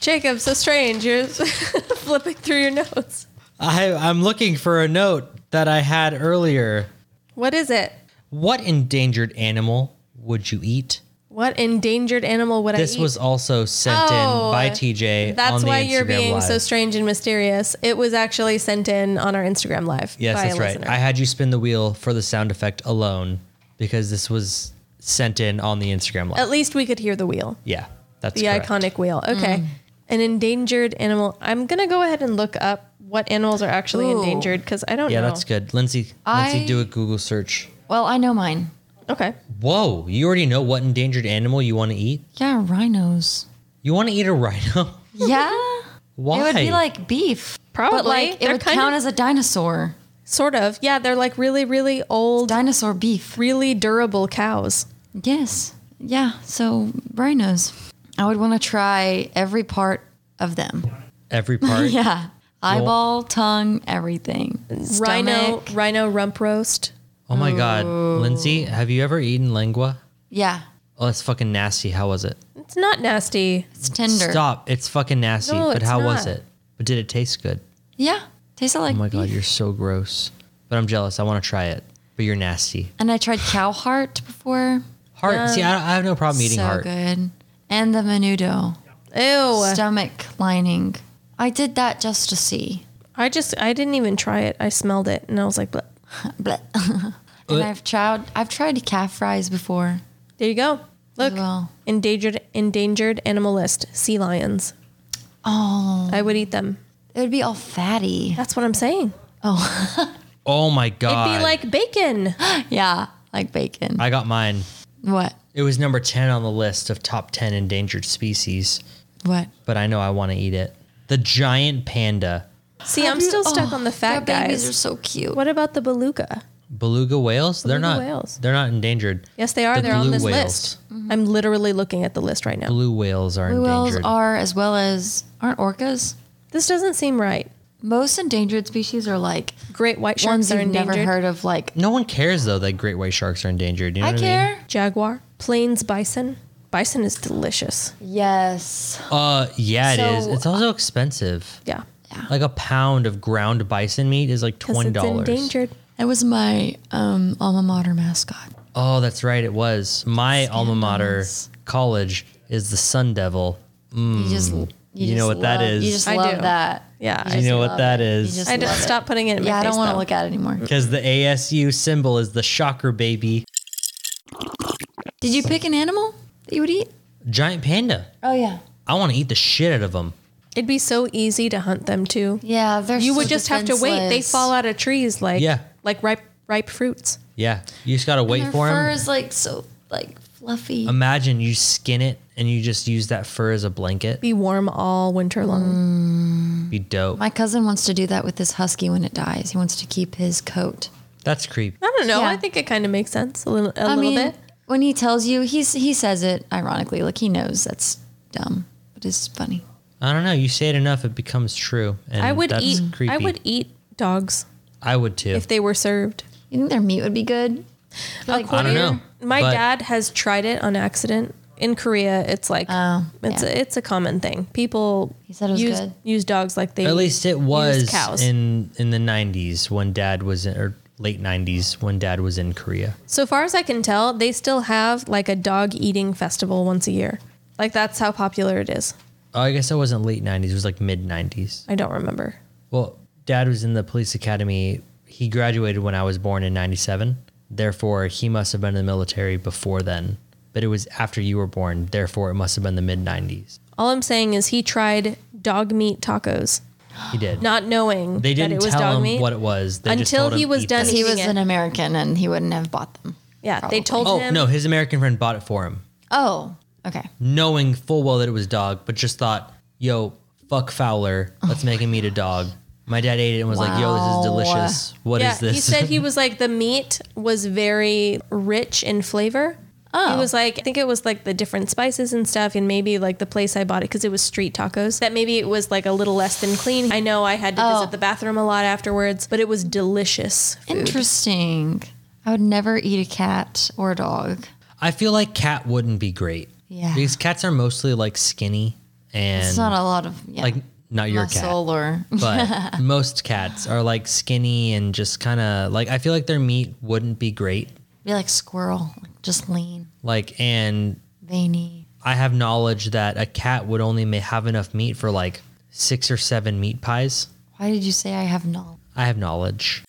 Jacob, so strange. You're flipping through your notes.
I I'm looking for a note that I had earlier.
What is it?
What endangered animal would you eat?
What endangered animal would I
This
eat?
was also sent
Oh,
in by TJ. on
That's
the
why you're
Instagram
being
Live.
so strange and mysterious. It was actually sent in on our Instagram live.
Yes,
by
that's
a
right.
listener.
I had you spin the wheel for the sound effect alone because this was sent in on the Instagram live.
At least we could hear the wheel,
yeah, that's
the
correct.
iconic wheel. Okay.
Mm.
An endangered animal. I'm going to go ahead and look up what animals are actually
Ooh.
endangered because I don't
Yeah,
know.
that's good. Lindsay,
I-
Lindsay, do a Google search.
Well, I know mine.
Okay.
Whoa, you already know what endangered animal you want to eat.
Yeah, rhinos.
You want to eat a rhino?
Yeah.
Why?
It would be like beef.
Probably.
But like it
They're
would
kind
count
of-
as a dinosaur.
Sort of. Yeah, they're like really, really old,
Dinosaur beef.
really durable cows.
Yes. Yeah. So rhinos. I would want to try every part of them.
every part.
Yeah. Eyeball, tongue, everything.
Rhino,
Stomach.
rhino rump roast.
Oh my god, Lindsay, have you ever eaten lingua?
Yeah.
Oh, that's fucking nasty. How was it?
It's not nasty.
It's tender.
Stop. It's fucking nasty.
No,
but
it's
how was
not.
it? But did it taste good?
Yeah. Tastes like
Oh my god,
beef.
you're so gross. But I'm jealous. I want to try it. But you're nasty.
And I tried cow heart before.
Heart. see,
Um,
I, I have no problem eating
so
heart. Oh, uh.
good. And the menudo.
Ew.
Stomach lining. I did that just to see.
I just, I didn't even try it. I smelled it and I was like, Bleh.
Blech. and I've tried I've tried calf fries before
there you go. Look.
as well.
Endangered endangered animal list, sea lions.
Oh.
I would eat them.
It would be all fatty.
That's what I'm saying.
Oh my god.
It'd be like bacon.
Yeah. Like bacon.
I got mine.
what?
It was number 10 on the list of top 10 endangered species,
What?
but I know I want to eat it. The giant panda,
See, I'm still stuck
Oh,
on the fat
their babies are
guys.
so cute.
What about the beluga?
beluga whales, they're
Beluga
not
whales.
they're not endangered.
Yes, they are.
The
They're on
blue
this
whales.
list.
Mm-hmm.
I'm literally looking at the list right now.
Blue whales are
Blue whales
endangered.
are as well as aren't orcas.
This doesn't seem right.
Most endangered species are like
Great white sharks
ones
are
you've
endangered.
never heard of. Like
no one cares though that great white sharks are endangered. You know
I
what
care.
Jaguar, plains bison. Bison is delicious.
Yes.
I mean? Uh yeah, it is.
So,
It's also expensive.
Yeah.
Like a pound of ground bison meat is like
Because
$20.
it's endangered.
It was my um, alma mater mascot.
Oh, that's right. It was. My alma mater
Scandalous.
college is the Sun Devil.
You just you,
Hmm. You know
just
what that
love-
is.
You just
I
love
do.
that.
Yeah. I,
You know
love
what that
it. You
is?
just
I
love
just
it.
stop putting it in
Yeah,
my
I don't
face,
want
though.
to look at it anymore.
Because the ASU symbol is the shocker baby.
Did you pick an animal that you would eat?
Giant panda.
Oh yeah.
I want to eat the shit out of them.
It'd be so easy to hunt them too.
Yeah, they're
You
so
would just have to wait. They
defenseless.
fall out of trees like
Yeah.
like ripe ripe fruits.
Yeah. You just got to wait
Their
for Um,
fur
them.
is like so like fluffy.
Imagine you skin it and you just use that fur as a blanket.
Be warm all winter
Mm.
long.
Be dope.
My cousin wants to do that with this husky when it dies. He wants to keep his coat.
That's creepy.
I don't know.
Yeah.
I think it kind of makes sense a little a
I
little
mean,
bit.
when he tells you, he's he says it ironically, like he knows that's dumb, but it's funny.
I don't know. You say it enough, it becomes true. And
I would
that's
eat
creepy.
I would eat dogs
I would too.
if they were served.
You think their meat would be good? Like,
I don't know.
My
But-
dad has tried it on accident. In Korea, it's like
Oh,
it's
yeah.
a, it's a common thing. People
said it was
use
good.
use dogs like they
At least it
use
was
cows.
in in the '90s when Dad was in, or late '90s when Dad was in Korea.
So far as I can tell, they still have like a dog eating festival once a year. Like that's how popular it is.
Oh, I guess that wasn't late '90s. It was like mid '90s.
I don't remember.
Well, Dad was in the police academy. He graduated when I was born in '97. Therefore, he must have been in the military before then. But it was after you were born. Therefore, it must have been the mid '90s.
All I'm saying is he tried dog meat tacos,
He did.
not knowing
they
that
didn't
it was
tell
dog
him
meat.
what it was. They just
Until
told him,
he was
"Eat
done
this."
he
eating
was
it.
an American and he wouldn't have bought them.
yeah, they
Probably.
told
Oh
him.
no, his American friend bought it for him.
Oh, Okay.
knowing full well that it was dog, but just thought, yo, fuck Fowler, let's make him eat a dog. My dad ate it and was like, yo, this is
Wow.
delicious. What is
yeah,
this?
he said he was like the meat was very rich in flavor. Oh. He was like, I think it was like the different spices and stuff, and maybe like the place I bought it because it was street tacos. That maybe it was like a little less than clean. I know I had to visit the bathroom a lot afterwards, but it was delicious. Food.
Interesting. I would never eat a cat or a dog.
I feel like cat wouldn't be great.
Yeah.
Because cats are mostly like skinny and
It's not a lot of yeah,
like not your cat.
muscle or
but most cats are like skinny and just kind of like I feel like their meat wouldn't be great.
be like squirrel, like just lean,
Like, and
veiny.
I have knowledge that a cat would only may have enough meat for like six or seven meat pies.
Why did you say I have null?
I have knowledge.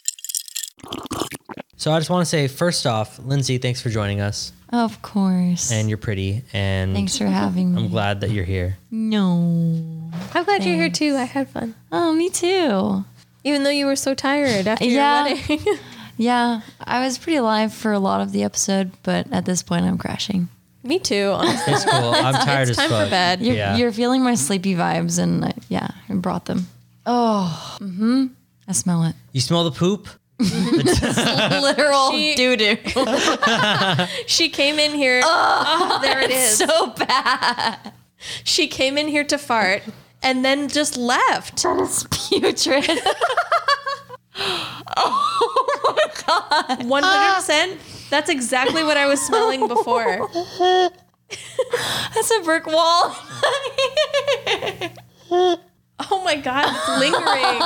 So I just want to say, first off, Lindsay, thanks for joining us,
Of course.
and you're pretty, and
Thanks for having me.
I'm glad that you're here.
No.
I'm glad you're here too. I had fun.
Oh, me too.
Even though you were so tired after
Yeah.
your wedding.
Yeah, I was pretty live for a lot of the episode, but at this point, I'm crashing.
Me too. honestly.
It's cool. I'm tired
It's
as
time
fuck.
for bed.
You're,
Yeah.
you're feeling my sleepy vibes, and uh, yeah, I brought them. Oh, mm-hmm. I smell it.
You smell the poop?
Literal
She-
doo doo.
She came in here. Oh, there it is.
so bad.
she came in here to fart and then just left.
That is putrid.
100%. That's exactly what I was smelling before.
That's a brick wall.
Oh my God, it's lingering.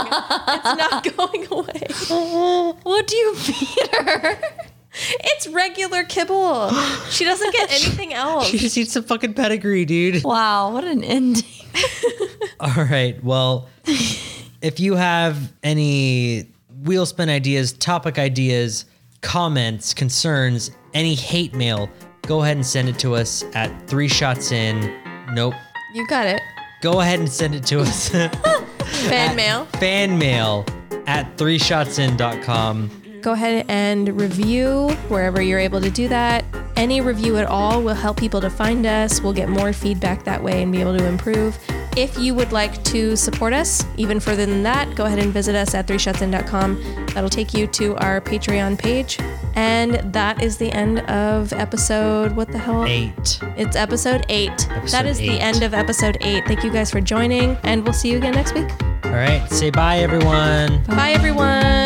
it's not going away.
what do you feed her?
It's regular kibble. She doesn't get anything else.
You just eat some fucking pedigree, dude.
Wow, what an ending.
All right. Well, if you have any wheel spin ideas, topic ideas, comments, concerns, any hate mail, go ahead and send it to us at three shots in. Nope.
You got it.
Go ahead and send it to us.
Fan mail.
Fan mail at three shots in.com.
Go ahead and review wherever you're able to do that. Any review at all will help people to find us. We'll get more feedback that way and be able to improve. If you would like to support us even further than that, go ahead and visit us at threeshotsin.com. That'll take you to our Patreon page. And that is the end of episode. What the hell?
Eight.
It's episode eight. that is
eight.
the end of episode eight. Thank you guys for joining, and we'll see you again next week.
All right. Say bye, everyone.
Bye everyone.